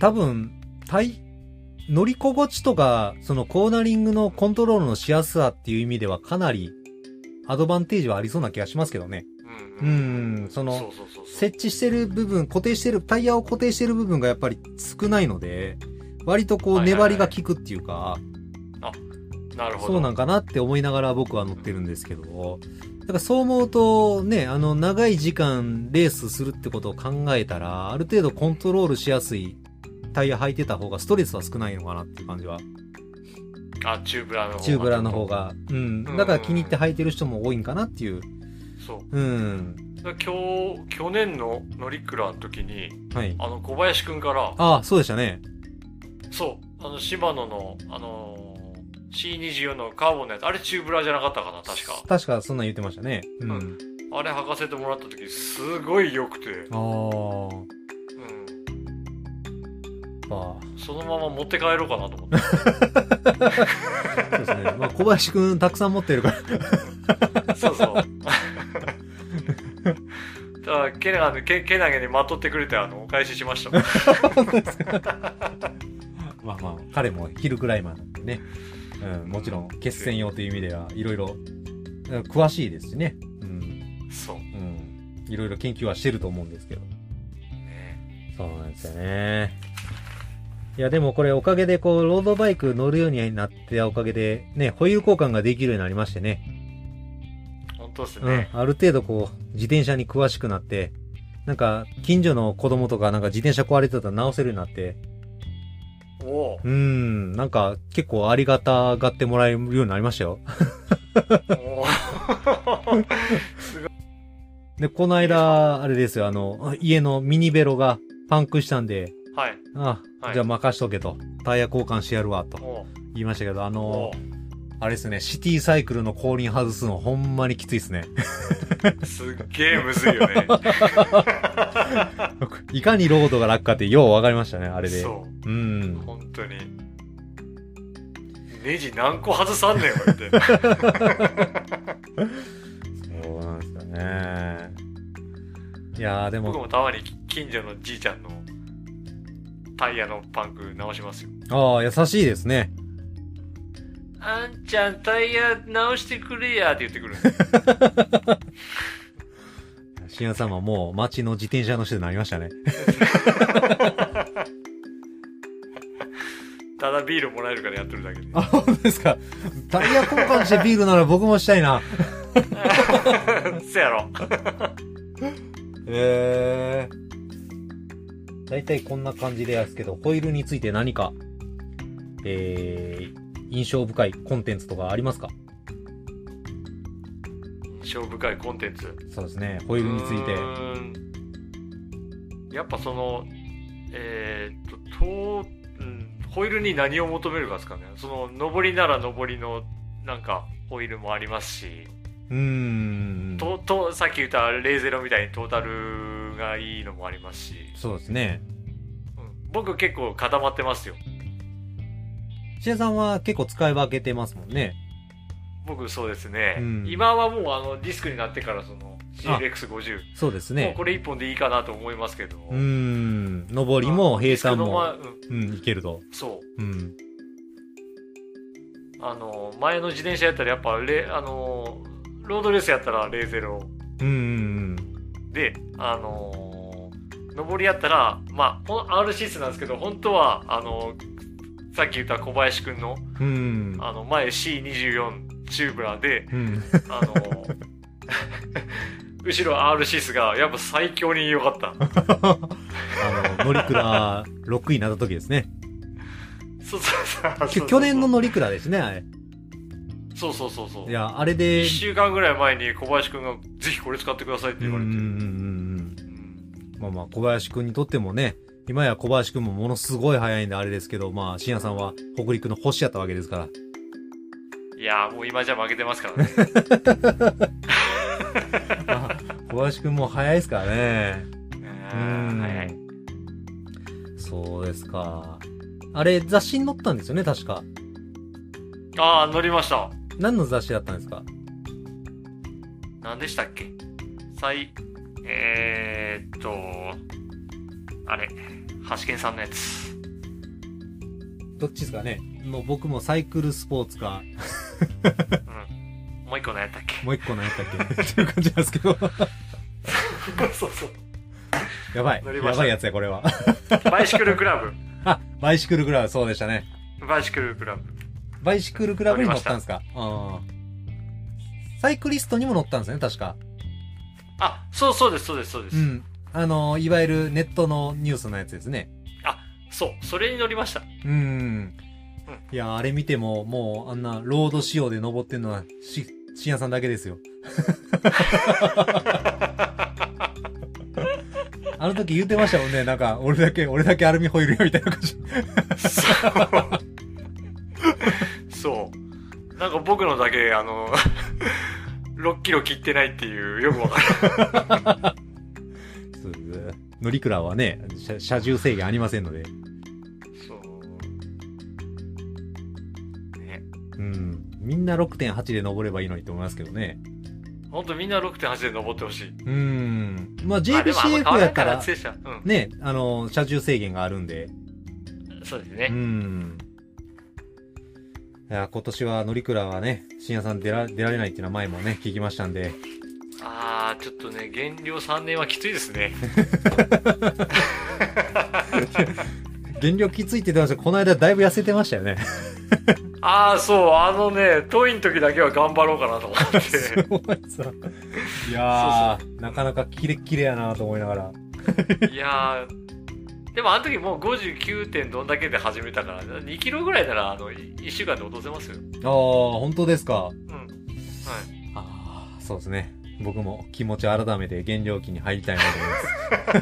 S2: 多分、タイ、乗り心地とか、そのコーナリングのコントロールのしやすさっていう意味ではかなり、アドバンテージはありそうな気がしますけどね。
S5: うん
S2: うんその
S5: そうそうそうそう
S2: 設置してる部分、固定してる、タイヤを固定してる部分がやっぱり少ないので、割とこう
S5: はいはいは
S2: 粘
S5: い
S2: りが効くっていうか、
S5: なるほど。
S2: そうなんかなって思いながら僕は乗ってるんですけど、だからそう思うとね、あの、長い時間レースするってことを考えたら、ある程度コントロールしやすいタイヤ履いてた方がストレスは少ないのかなっていう感じは。
S5: あ、チューブラの方が。
S2: チューブラの方。が。うん。だから気に入って履いてる人も多いんかなっていう。
S5: そう。
S2: うん。
S5: だから今日、去年の乗り比べの時に、
S2: はい。
S5: あの、小林くんから、
S2: ああ、そうでしたね。
S5: そう、あの、島野の、あのー、C24 のカーボンのやつ、あれチューブラじゃなかったかな、確か。
S2: 確かそんなん言ってましたね。うん。
S5: うんあれ履かせてもらった時、すごい良くて、
S2: ああ、
S5: う
S2: まあ。
S5: ん。そのまま持って帰ろうかなと思って。
S2: そうですね。まあ、小林くんたくさん持ってるから。
S5: そうそう。ただけなあのけけなげにまとってくれてあのお返ししましたもん
S2: まあまあ、彼もヒルクライマーなんでね。うん、もちろん、決戦用という意味では、いろいろ、うん詳しいですしね。うん。
S5: そう、
S2: うん。いろいろ研究はしてると思うんですけど。
S5: ね、
S2: そうなんですよね。いや、でもこれおかげで、こう、ロードバイク乗るようになっておかげで、ね、ホイール交換ができるようになりましてね。
S5: 本当です
S2: うん
S5: ね、。
S2: ある程度こう、自転車に詳しくなって、なんか、近所の子供とかなんか自転車壊れてたら直せるようになって、
S5: おお
S2: うーん、なんか結構ありがたがってもらえるようになりましたよ。
S5: おーすごい
S2: で、この間、あれですよ、あの、家のミニベロがパンクしたんで、
S5: はい
S2: あ
S5: はい
S2: じゃあ任しとけと、タイヤ交換してやるわ、
S5: お
S2: と
S5: お
S2: 言いましたけど、あの
S5: お
S2: あれですね、シティサイクルの後輪外すのほんまにきついですね。
S5: ーすっげえむずいよね
S2: いかにロードが楽かってようわかりましたね、あれで。。
S5: そううん本当にネジ何個外さんねんこれって
S2: そうなんですよね。いやー、で
S5: 僕
S2: も、
S5: もたまに近所のじいちゃんのタイヤのパンク直しますよ
S2: ああ、優しいですね。
S5: あんちゃんタイヤ直してくれやって言ってくるんですよ
S2: 深夜様もう街の自転車の人になりましたね。
S5: ただビールもらえるからやってるだけで
S2: あ、本当ですか。タイヤ交換してビールなら僕もしたいな。
S5: そやろ
S2: へえ。大体こんな感じですけど、ホイールについて何か、えー、印象深いコンテンツとかありますか
S5: 印象深いコンテンツ
S2: そうですね、ホイールについうて。
S5: ーんやっぱそのえーっとと、うん、ホイールに何を求めるかですかねその上りなら上りのなんかホイールもありますし
S2: うーん。
S5: ととさっき言ったレイゼロみたいにトータルがいいのもありますし、
S2: そうですね。
S5: うん、僕結構固まってますよ
S2: シエさんは結構使い分けてますもんね。
S5: 僕そうですね、
S2: うん
S5: 今はもうあのディスクになってからその CLX50
S2: そうです
S5: もう
S2: ね。
S5: これ一本でいいかなと思いますけど、
S2: うーん。上りも平
S5: そ
S2: 坦
S5: の前
S2: も、
S5: うん
S2: うん、いけると。
S5: そう
S2: うん。
S5: あの前の自転車やったらやっぱレあのロードレースやったら00
S2: うんうん
S5: であの上りやったらまあほん R6 なんですけど本当はあのさっき言った小林くんの
S2: うん。うん。
S5: あの前 C24 チューブラーで
S2: うん。
S5: あの 後ろ R6 がやっぱ最強に良かった
S2: あの、乗り倉6位になった時ですね。
S5: そうそうそう
S2: きょ 去年の乗り倉ですね、あれ。
S5: そうそうそうそう
S2: いや、あれで
S5: 1、週間ぐらい前に小林くんがぜひこれ使ってくださいって
S2: うん
S5: 言
S2: う
S5: わ
S2: んう
S5: れ
S2: ん
S5: て、
S2: うん
S5: う
S2: う
S5: ん
S2: ん。まあまあ、小林くんにとってもね、今や小林くんもものすごい速いんであれですけど、まあ、深夜さんは北陸の星やったわけですから。
S5: いやーもう今じゃ負けてますからね。
S2: まあ小林くんも速いですからね。
S5: うんはいはい。
S2: そうですか。あれ、雑誌に載ったんですよね、確か。
S5: ああ、乗りました。
S2: 何の雑誌だったんですか
S5: 何でしたっけ最、えー、っと、あれ、橋健さんのやつ。
S2: どっちですかねもう僕もサイクルスポーツか、
S5: うん。もう一個何やったっ
S2: もう一個何やったっ けっていう感じなんですけど。
S5: けそうそう。
S2: やばい。
S5: 乗り
S2: や
S5: ました
S2: ばいやつや、これは。
S5: バイシクルクラ
S2: あ、バイシクルクラブ、そうでしたね。
S5: ブ。バイシクルクラブ。
S2: バイシクルクラブに乗ったんですかあーサイクリストにも乗ったんですね、確か。
S5: あ、そうそうです、そうです、そうです。
S2: うん。あの、いわゆるネットのニュースのやつですね。
S5: そう、それに乗りました。
S2: うん。いや、あれ見ても、もう、あんな、ロード仕様で登ってんのは、し、深夜さんだけですよ。 あの時言ってましたもんね。なんか、俺だけ、俺だけアルミホイルよ、みたいな感じ。
S5: そう。そう。なんか僕のだけ、あの、6キロ切ってないっていう、よくわからない。
S2: 乗りクラはね、車車重制限ありませんので。
S5: そう。ね。
S2: うん。みんな6.8で登ればいいのにと思いますけどね。
S5: ほんとみんな6.8で登ってほしい。
S2: うん。まあ、
S5: あでもあんま変
S2: JBCF
S5: わ
S2: や
S5: らな
S2: っ
S5: いか
S2: た
S5: ら
S2: ら、
S5: 正社。うん。
S2: ね、あの、車重制限があるんで。
S5: そうです
S2: う
S5: ね。
S2: ん。いや、今年は乗りクラはね、深夜さん出ら出られないっていうのは前もね、聞きましたんで。
S5: あー、ちょっとね、減量3年はきついですね。
S2: 減量きついって言ってましたけどこの間だいぶ痩せてましたよね。
S5: あー、そう、あのね、遠い時だけは頑張ろうかなと思っ
S2: す
S5: て。
S2: ごいさ。いやー、なかなかキレッキレやなと思いながら。
S5: いやー、でもあの時もう59点どんだけで始めたから、2キロぐらいなら、あの、1週間で落とせますよ。
S2: あー、本当ですか。
S5: うん。はい。
S2: あー、そうですね。僕も気持ちを改めて減量期に入りたいな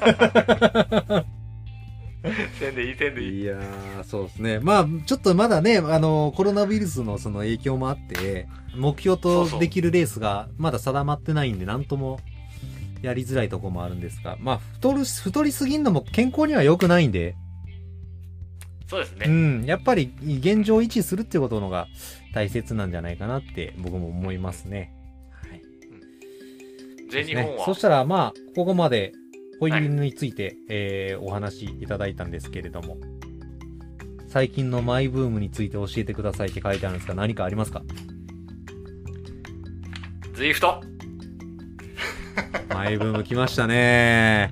S2: と思います。
S5: せんでいいせんでいい
S2: いやー、そうですね。まあ、ちょっとまだね、あの、コロナウイルスのその影響もあって、目標
S5: そう
S2: と
S5: そう
S2: できるレースがまだ定まってないんで、なんともやりづらいとこもあるんですが、まあ、太る、太りすぎんのも健康には良くないんで、
S5: そうです
S2: う
S5: ね、
S2: ん、やっぱり現状維持するってことのが大切なんじゃないかなって僕も思いますね。はい。
S5: 全日本
S2: ね
S5: は、
S2: そしたらまあ、ここまで、ホイールについて、えーお話しいただいたんですけれども、最近のマイブームについて教えてくださいって書いてあるんですが、何かありますか
S5: ズイフト
S2: マイブーム来ましたね。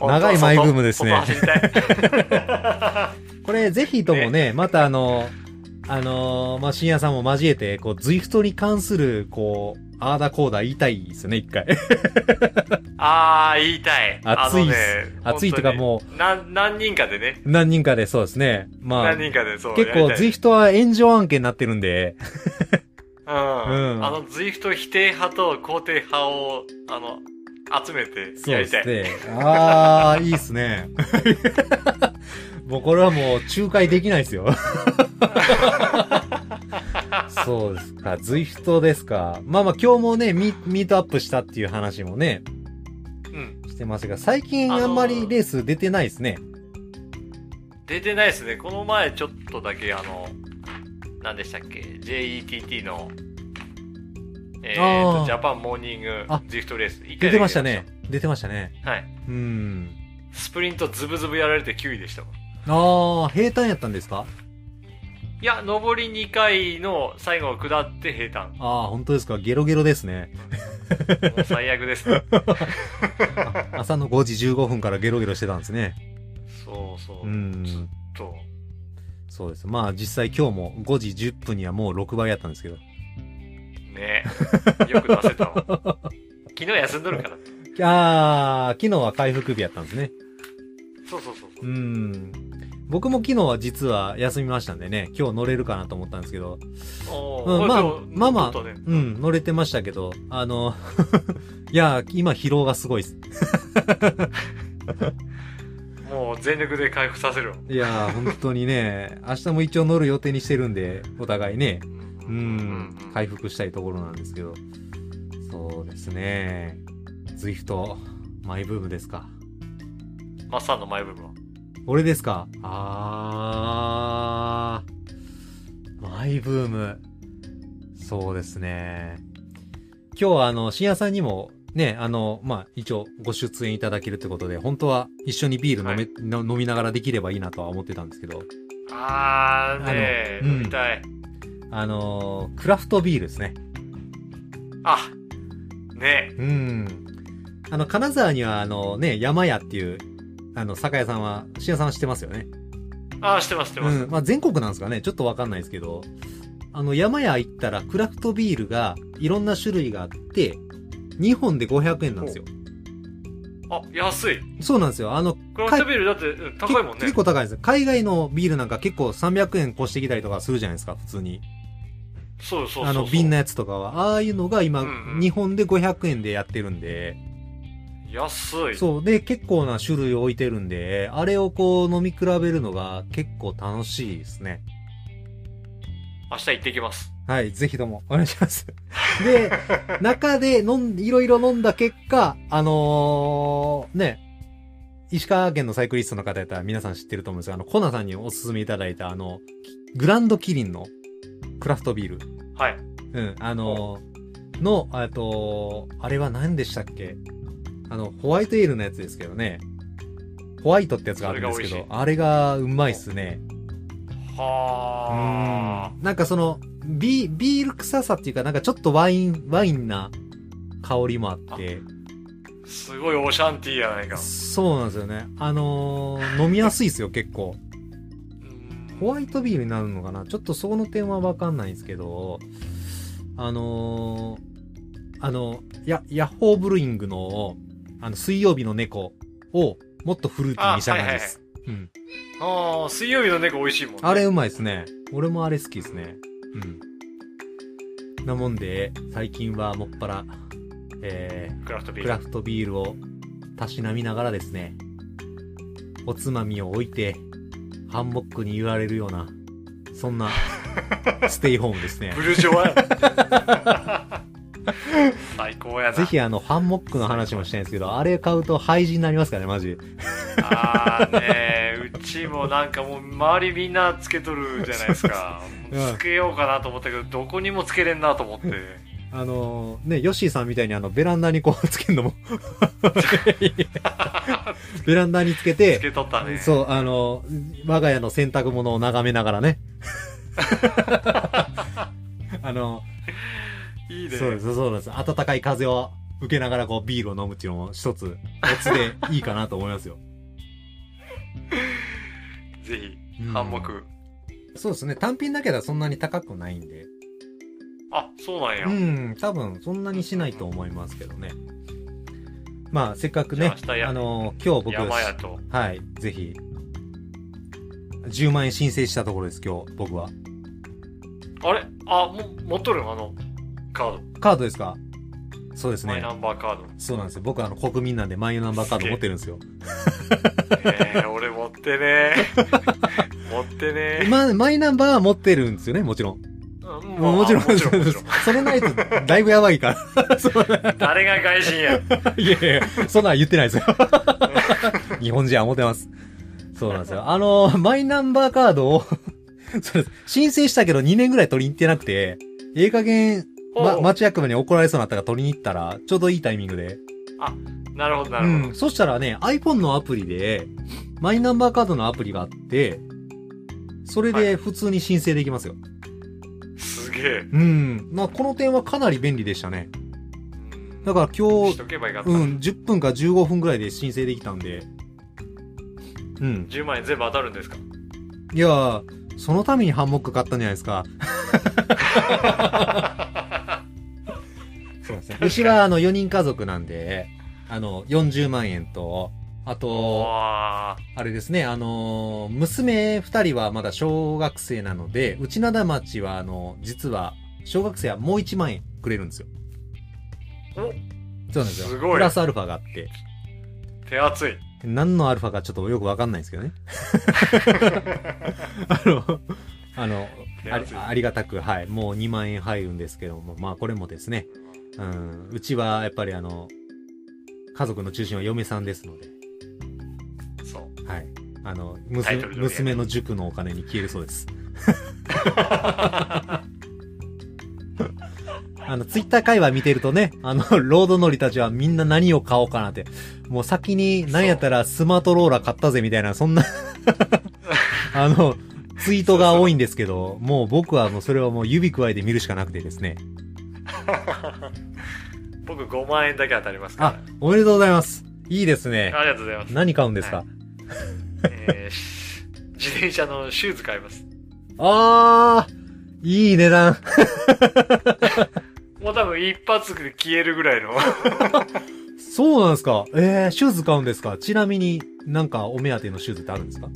S2: 長いマイブームですね
S5: 外走りたい
S2: これ、ぜひともね、またあの、あのーまあ、深夜さんも交えて、こう、ズイフトに関する、こう、アーダコーダ言いたいですよね、一回。
S5: ああ言いたい
S2: 熱いっす
S5: あの
S2: 熱いというかも
S5: う何何人かでね
S2: 何人かで、そうですね。まあ、
S5: 何人かでそう
S2: 結
S5: やり
S2: 構、
S5: たい
S2: ズイフトは炎上案件になってるんで、
S5: う
S2: う
S5: ん
S2: ん
S5: あのズイフト否定派と肯定派をあの集めて
S2: そう
S5: や
S2: で
S5: りた
S2: す
S5: い、
S2: ね。あー、いいっすね。 もうこれはもう仲介できないですよ。 そうですか、ズイフトですか。まあまあ今日もねミ、ミートアップしたっていう話もね、
S5: うん、
S2: してますが、最近あんまりレース出てないですね。
S5: 出てないですねこの前ちょっとだけあの何でしたっけ JETT のえー
S2: あー
S5: とジャパンモーニング
S2: あ
S5: ズイフトレース一回だけ
S2: 出てましたね。出てましたね。
S5: はい
S2: うん。
S5: スプリントズブズブやられて9位でしたもん
S2: あー、平坦やったんですか
S5: いや、上り2回の最後を下って平
S2: あー、本当ですか。ゲロゲロですね。
S5: 坦。もう最悪で す、ね。
S2: 朝の5時15分からゲロゲロしてたんですね。
S5: そうそう。
S2: うん
S5: ずっと。
S2: そうです。まあ実際今日も5時10分にはもう6倍やったんですけど。
S5: ねよく出せたわ。昨日休んどるから。
S2: あー、昨日は回復日やったんですね。
S5: そうそうそうそうう。
S2: ん。僕も昨日は実は休みましたんでね、今日乗れるかなと思ったんですけど、
S5: おー
S2: うん、まあ
S5: これ今、日
S2: まあま
S5: ち
S2: あ、
S5: ょっとね
S2: うん、乗れてましたけど、あの、 いや、今疲労がすごいです。
S5: もう全力で回復させるわ。
S2: いやー、本当にね、明日も一応乗る予定にしてるんで、お互いね、
S5: う
S2: うんん、
S5: は
S2: 回
S5: い。
S2: 復したいところなんですけど、そうですね、ズイフト、マイブームですか。
S5: マッサンの前部分は。
S2: 俺ですかあー。マイブーム。そうですね。今日はあの、深夜さんにも、ね、あの、まあ、一応ご出演いただけるってことで、本当は一緒にビール飲め、
S5: はい
S2: の飲みながらできればいいなとは思ってたんですけど、
S5: あー、ねえ、
S2: あのうん
S5: 飲みたい。
S2: あのークラフトビールですね。
S5: あ、ねえ。
S2: うん。あの、金沢にはあのね、山屋っていう、あの、酒屋さんは、深夜さんは知ってますよね。
S5: ああ、してます、してます。
S2: うんまあ、全国なんですかねちょっとわかんないですけどあの山屋行ったらクラフトビールがいろんな種類があって2本で500円なんですよ
S5: あ、安い。
S2: そうなんですよあの
S5: クラフトビールだってうん高いもん
S2: け
S5: ね
S2: 結。構高いです海外のビールなんか結構300円越してきたりとかするじゃないですか普通に
S5: そうそうそうそう。
S2: あの瓶のやつとかはああいうのが今、
S5: うんうん
S2: 日本で500円でやってるんで
S5: 安い。
S2: そうで結構な種類置いてるんであれをこう飲み比べるのが結構楽しいですね
S5: 明日行ってきます。
S2: はい、ぜひともお願いします。で、中で飲ん、いろいろ飲んだ結果、あのーね、石川県のサイクリストの方やったら皆さん知ってると思うんですが、あの、コナさんにお勧めいただいた、あの、グランドキリンのクラフトビール。
S5: はい。
S2: うん、あのーの、あと、あれは何でしたっけあの、ホワイトエールのやつですけどね。ホワイトってやつがあるんですけ
S5: それ
S2: ど
S5: が、
S2: あれがうまいっすね。
S5: はあ。
S2: なんかそのビビール臭さっていうかなんかちょっとワインワインな香りもあって
S5: すごいオシャンティーやないか。
S2: そうなんですよねあのー飲みやすいですよ結構
S5: うん
S2: ホワイトビールになるのかなちょっとそこの点は分かんないんですけどあのーあのやヤッホーブルーイングのあの水曜日の猫をもっとフルーティーにした感じですうん
S5: ああ、水曜日の猫美味しいもん、ね。
S2: あれうまいですね。俺もあれ好きですね。うん。なもんで、最近はもっぱら、え
S5: クラフト
S2: ー、
S5: ビ
S2: ク
S5: ー
S2: ラ
S5: ル。
S2: フトビールをたしなみながらですね、おつまみを置いて、ハンモックに揺られるような、そ んな、ステイホームですね
S5: ブ。ルジョワや。 最高やな。
S2: ぜひあの、ハンモックの話もしたいんですけど、あれ買うと廃止になりますからね、マジ。
S5: ああねえ、うちもなんかもう周りみんなつけとるじゃないですか。
S2: そう そう
S5: もうつけようかなと思ったけど、どこにもつけれんなと思って。
S2: あのーね、ヨッシーさんみたいにあの、ベランダにこう、つけるの も、ベランダにつけて
S5: つ、けとったね。
S2: そう、あの、我が家の洗濯物を眺めながら ね。あの、
S5: いいね。
S2: そうです、そうです。暖かい風を受けながらこうビールを飲むっていうのも一つ、おつでいいかなと思いますよ。
S5: ぜひ、
S2: うん
S5: ハンモク。
S2: そうですね。単品だけではそんなに高くないんで。
S5: あ、そうなんや。
S2: うん、多分そんなにしないと思いますけどね。まあ、せっかく
S5: じゃ
S2: ね
S5: あ、明日や
S2: あの、今日僕、
S5: 山やと。
S2: はい、ぜひ、10万円申請したところです、今日、僕は。
S5: あれあ、もう持っとるのあの、カー
S2: カードですかそうです
S5: ド。
S2: ね。
S5: マイナンバーカード。
S2: そうなんですよ。僕あの国民なんでマイナンバーカード持ってるんですよ。
S5: え ー、俺持っ てね持ってね
S2: まマイナンバーは持ってるんですよね、もちろん。
S5: うんまあ
S2: もちろん、
S5: もちろん、もちろん。
S2: それないと、だいぶやばいから。そう
S5: 誰が外人や。
S2: いやいや、そんなん言ってないですよ。 日本人は思ってます。そうなんですよ。あの、マイナンバーカードを そうです、申請したけど2年ぐらい取りに行ってなくて、ええ加減、 ま、
S5: おう
S2: 町役場に怒られそうになったから取りに行ったら、ちょうどいいタイミングで。
S5: なるほど、な
S2: う
S5: るほど。
S2: ん。そしたらね、iPhone のアプリで、マイナンバーカードのアプリがあって、それ
S5: は
S2: で普通に申請できますよ。
S5: すげえ。
S2: うん。まあ、この点はかなり便利でしたね。だから今
S5: し
S2: 日
S5: と、けばよかった。
S2: うん、10分か15分ぐらいで申請できたんで。うん。
S5: 10万円全部当たるんですか
S2: いやー、そのためにハンモック買ったんじゃないですか。 そうですね。うちは、あの、4人家族なんで、あの、40万円と、あと、
S5: わ
S2: あれですね、あのー娘二人はまだ小学生なので、内灘町は、あの実は、小学生はもう一万円くれるんですよ。
S5: お
S2: そうなんですよ。
S5: すごい
S2: プラスアルファがあって。
S5: ー手厚い。
S2: 何のアルファかちょっとよくわかんないんですけど ね。あの、あの、
S5: 手
S2: あり
S5: 厚い。
S2: ありがたく、はい、もう2万円入るんですけども、まあこれもですね、うん、うちはやっぱりあの、家族の中心は嫁さんですので、
S5: そう。
S2: はい。あの、
S5: タイ
S2: 娘
S5: トル通りや
S2: 娘の塾のお金に消えるそう です。あの、ツイッター界隈見てるとね、あの、ロード乗りたちはみんな何を買おうかなって、もう先に何やったらスマートローラー買ったぜみたいな、そ んな、あの、ツイートが多いんですけど、もう僕はもうそれをもう指くわえて見るしかなくてですね。
S5: 僕5万円だけ当たります
S2: あ
S5: か、
S2: おめでとうございます。いいですね
S5: ら。。ありがとうございます。
S2: 何買うんですか
S5: えー、自転車のシューズ買います。
S2: あー、いい値段。
S5: もう多分一発で消えるぐらい の。
S2: そうなんですか。えー、シューズ買うんですかちなみになんかお目当てのシューズってあるんですか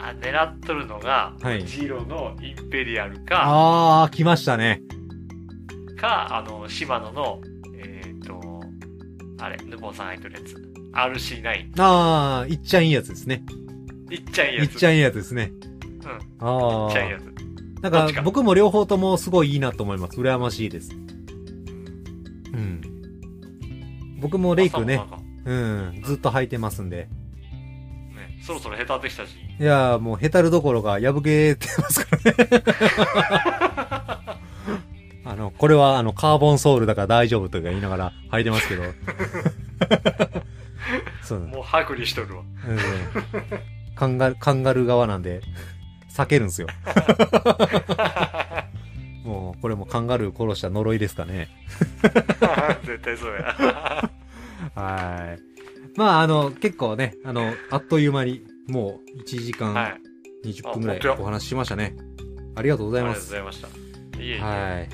S5: あ、狙っとるのが、
S2: はい
S5: ジロのインペリアルか、
S2: あー、来ましたね。
S5: か、あの、シマノの、えっ、と、あれ、ヌボさん入ってるやつ。RC9。
S2: あー、いっちゃいいやつですね。
S5: いっちゃん
S2: い
S5: や
S2: っ
S5: つ。
S2: ちゃいいやつですね。
S5: うん。い
S2: あ
S5: っちゃんや
S2: ー。
S5: つ。
S2: なん
S5: どっ
S2: か
S5: ちか
S2: 僕も両方ともすごいいいなと思います。羨ましいです。うん。僕もレイク
S5: 朝
S2: ね
S5: も、なんか
S2: うん、ずっと履いてますんで。
S5: ね、そろそろ下手でしたし。
S2: いやーもうヘタるどころが破けてますからね。 あの、これはあの、カーボンソールだから大丈夫とか言いながら履いてますけど。そうなんで
S5: もう剥離しとるわ。
S2: す、うんカンガル、カンガル側なんで、避けるんですよ。もう、これもカンガルー殺した呪いですかね。
S5: 絶対そうや。
S2: はい。まあ、あの、結構ね、あの、あっという間に、もう、1時
S5: はい。あ
S2: 間20分ぐら
S5: あ本当や
S2: いお話ししましたね。ありがとうござ
S5: り
S2: い
S5: が
S2: ま
S5: とうご
S2: す。
S5: ざいました。いえいえ、
S2: はい。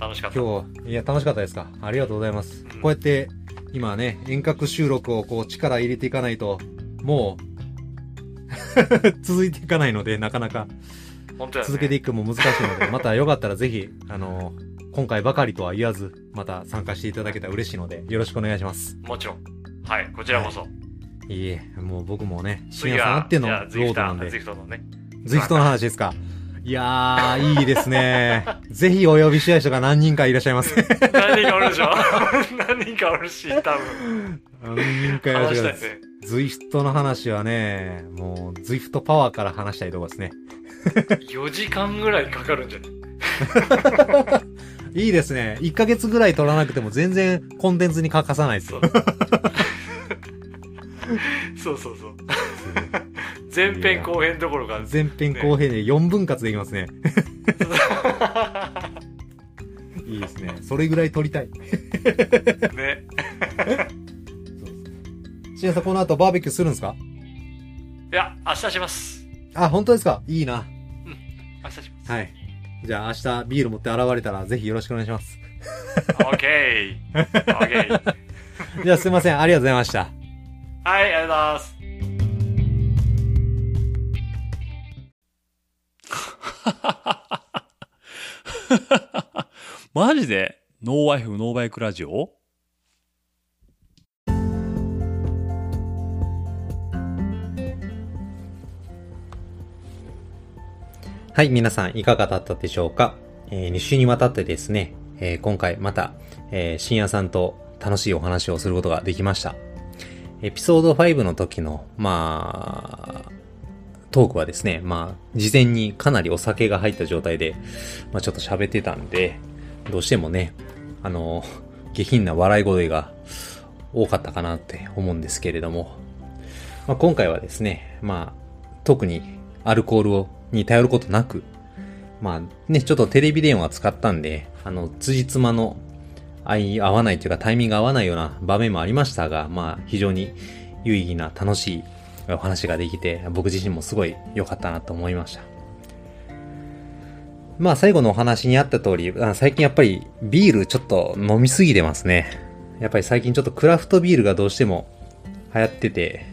S5: 楽しかった。
S2: 今日、いや、楽しかったですかありがとうございます。
S5: うん
S2: こうやって、今ね、遠隔収録をこう、力入れていかないと、もう、 続いていかないので、なかなか、
S5: 本当や、ね。
S2: 続けていくのも難しいので、 またよかったらぜひ、あの、今回ばかりとは言わず、また参加していただけたら嬉しいので、よろしくお願いします。
S5: もちろん。はい、こちらこそ。
S2: いいえ、もう僕もね、深
S5: 次
S2: 夜さんあ
S5: は、
S2: っての
S5: じ
S2: ロ
S5: ゃあズイ
S2: ード
S5: フタ
S2: なん
S5: ー、ズ
S2: で、
S5: イフトのね。
S2: ズイフトの話ですか。いやー、いいですね。 ぜひお呼びしたい人が何人かいらっしゃいます。
S5: 何人かおるでしょ 何人かおるし、多分。
S2: 何人かいらっ
S5: 話
S2: しゃい
S5: した
S2: ま
S5: い
S2: す。
S5: ね。
S2: ズイフトの話はね、もう、ズイフトパワーから話したいとこですね。
S5: 4時間ぐらいかかるんじゃない
S2: いいですね。1ヶ月ぐらい取らなくても全然コンテンツに欠かさないです
S5: そ
S2: よ
S5: う。。そうそうそう。前編後編どころか。
S2: 前編後編で4分割できますね。いいですね。それぐらい取りたい。
S5: ね。
S2: しんさん、この後バーベキューするんですか
S5: いや、明日します。
S2: あ、本当ですかいいな。
S5: 明日します。
S2: はい。じゃあ明日ビール持って現れたらぜひよろしくお願いします。
S5: オッケー。オッケー。
S2: じゃあすいません。ありがとうございました。
S5: はい、ありがとうございます。
S6: マジでノーワイフノーバイクラジオ
S2: はい、皆さんいかがだったでしょうか、え2週にわたってですね、えー今回また、えー、深夜さんと楽しいお話をすることができました。エピソード5の時の、まあ、トークはですね、まあ、事前にかなりお酒が入った状態で、まあちょっと喋ってたんで、どうしてもね、あの、下品な笑い声が多かったかなって思うんですけれども、まあ、今回はですね、まあ、特にアルコールをに頼ることなく、まあね、ちょっとテレビ電話使ったんで、あの、辻褄の合い合わないというかタイミングが合わないような場面もありましたが、まあ非常に有意義な楽しいお話ができて、僕自身もすごい良かったなと思いました。まあ最後のお話にあった通り、あ最近やっぱりビールちょっと飲みすぎてますね。やっぱり最近ちょっとクラフトビールがどうしても流行ってて、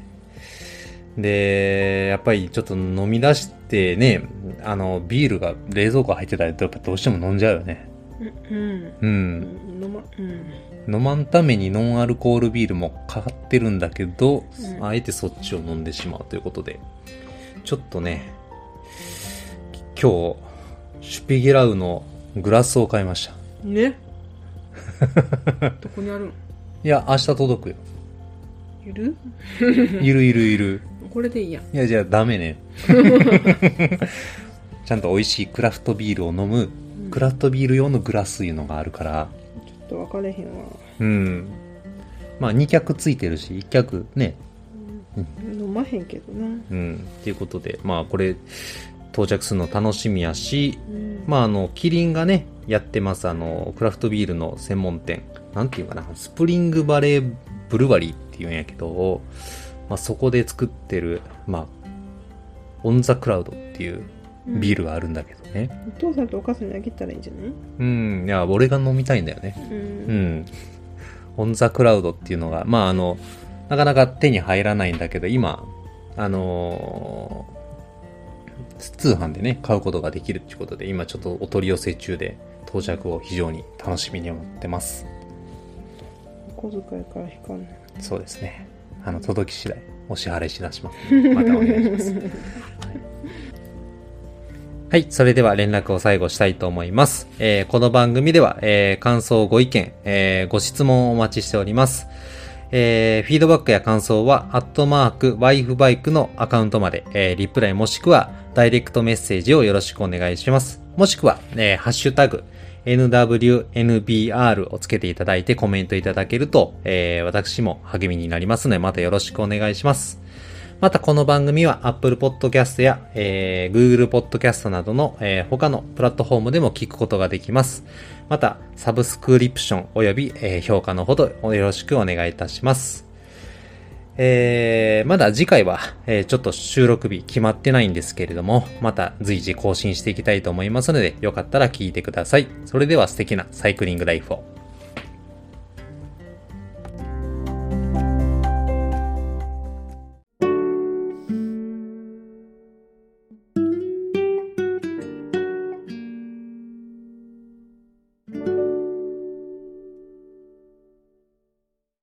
S2: で、やっぱりちょっと飲み出してね、あの、ビールが冷蔵庫入ってたりと、やっぱどうしても飲んじゃうよね。
S4: うん。
S2: うん。
S4: 飲ま、うん。
S2: 飲まんためにノンアルコールビールも買ってるんだけど、
S4: うん
S2: あえてそっちを飲んでしまうということで、ちょっとね、今日、シュピゲラウのグラスを買いました。
S4: ねどこにあるの
S2: いや、明日届 くよ。
S4: いる
S2: いるいるいる。
S4: これでいいや。
S2: いや、じゃあダメ ね。ちゃんと美味しいクラフトビールを飲む、クラフトビール用のグラスいうのがあるから、
S4: ちょっと分かれへんわ。
S2: うん。まあ、2脚ついてるし、1脚ね、
S4: 飲まへんけどな。
S2: うん。っていうことで、まあ、これ、到着するの楽しみやし、
S4: うん。
S2: まあ、あの、キリンがね、やってます、あの、クラフトビールの専門店、なんていうかな、スプリングバレーブルワリーっていうんやけど、まあ、そこで作ってる、まあ、オン・ザ・クラウドっていうビールがあるんだけどね。
S4: お父さんとお母さんにあげたらいいんじゃない
S2: うん、いや、俺が飲みたいんだよね。
S4: う。
S2: うんん。オン・ザ・クラウドっていうのが、まあ、あの、なかなか手に入らないんだけど、今、あのー通販でね、買うことができるっていうことで、今ちょっとお取り寄せ中で、到着を非常に楽しみに思ってます。
S4: お小遣いから引かない。
S2: そうですね。あの、届き次第、お支払いしだしますので。またお願いします。 はいはい。それでは連絡を最後したいと思います。えーこの番組では、えー感想、ご意見、えーご質問をお待ちしております。えーフィードバックや感想は、アットマーク、ワイフバイクのアカウントまで、えーリプライもしくは、ダイレクトメッセージをよろしくお願いします。もしくは、えーハッシュタグ、NWNBR をつけていただいてコメントいただけると、えー私も励みになりますので、またよろしくお願いします。またこの番組は Apple Podcast や、えー Google Podcast などの、えー他のプラットフォームでも聞くことができます。また、サブスクリプションおよび、えー評価のほどよろしくお願いいたします。えーまだ次回は、えーちょっと収録日決まってないんですけれども、また随時更新していきたいと思いますので、よかったら聞いてください。それでは素敵なサイクリングライフを。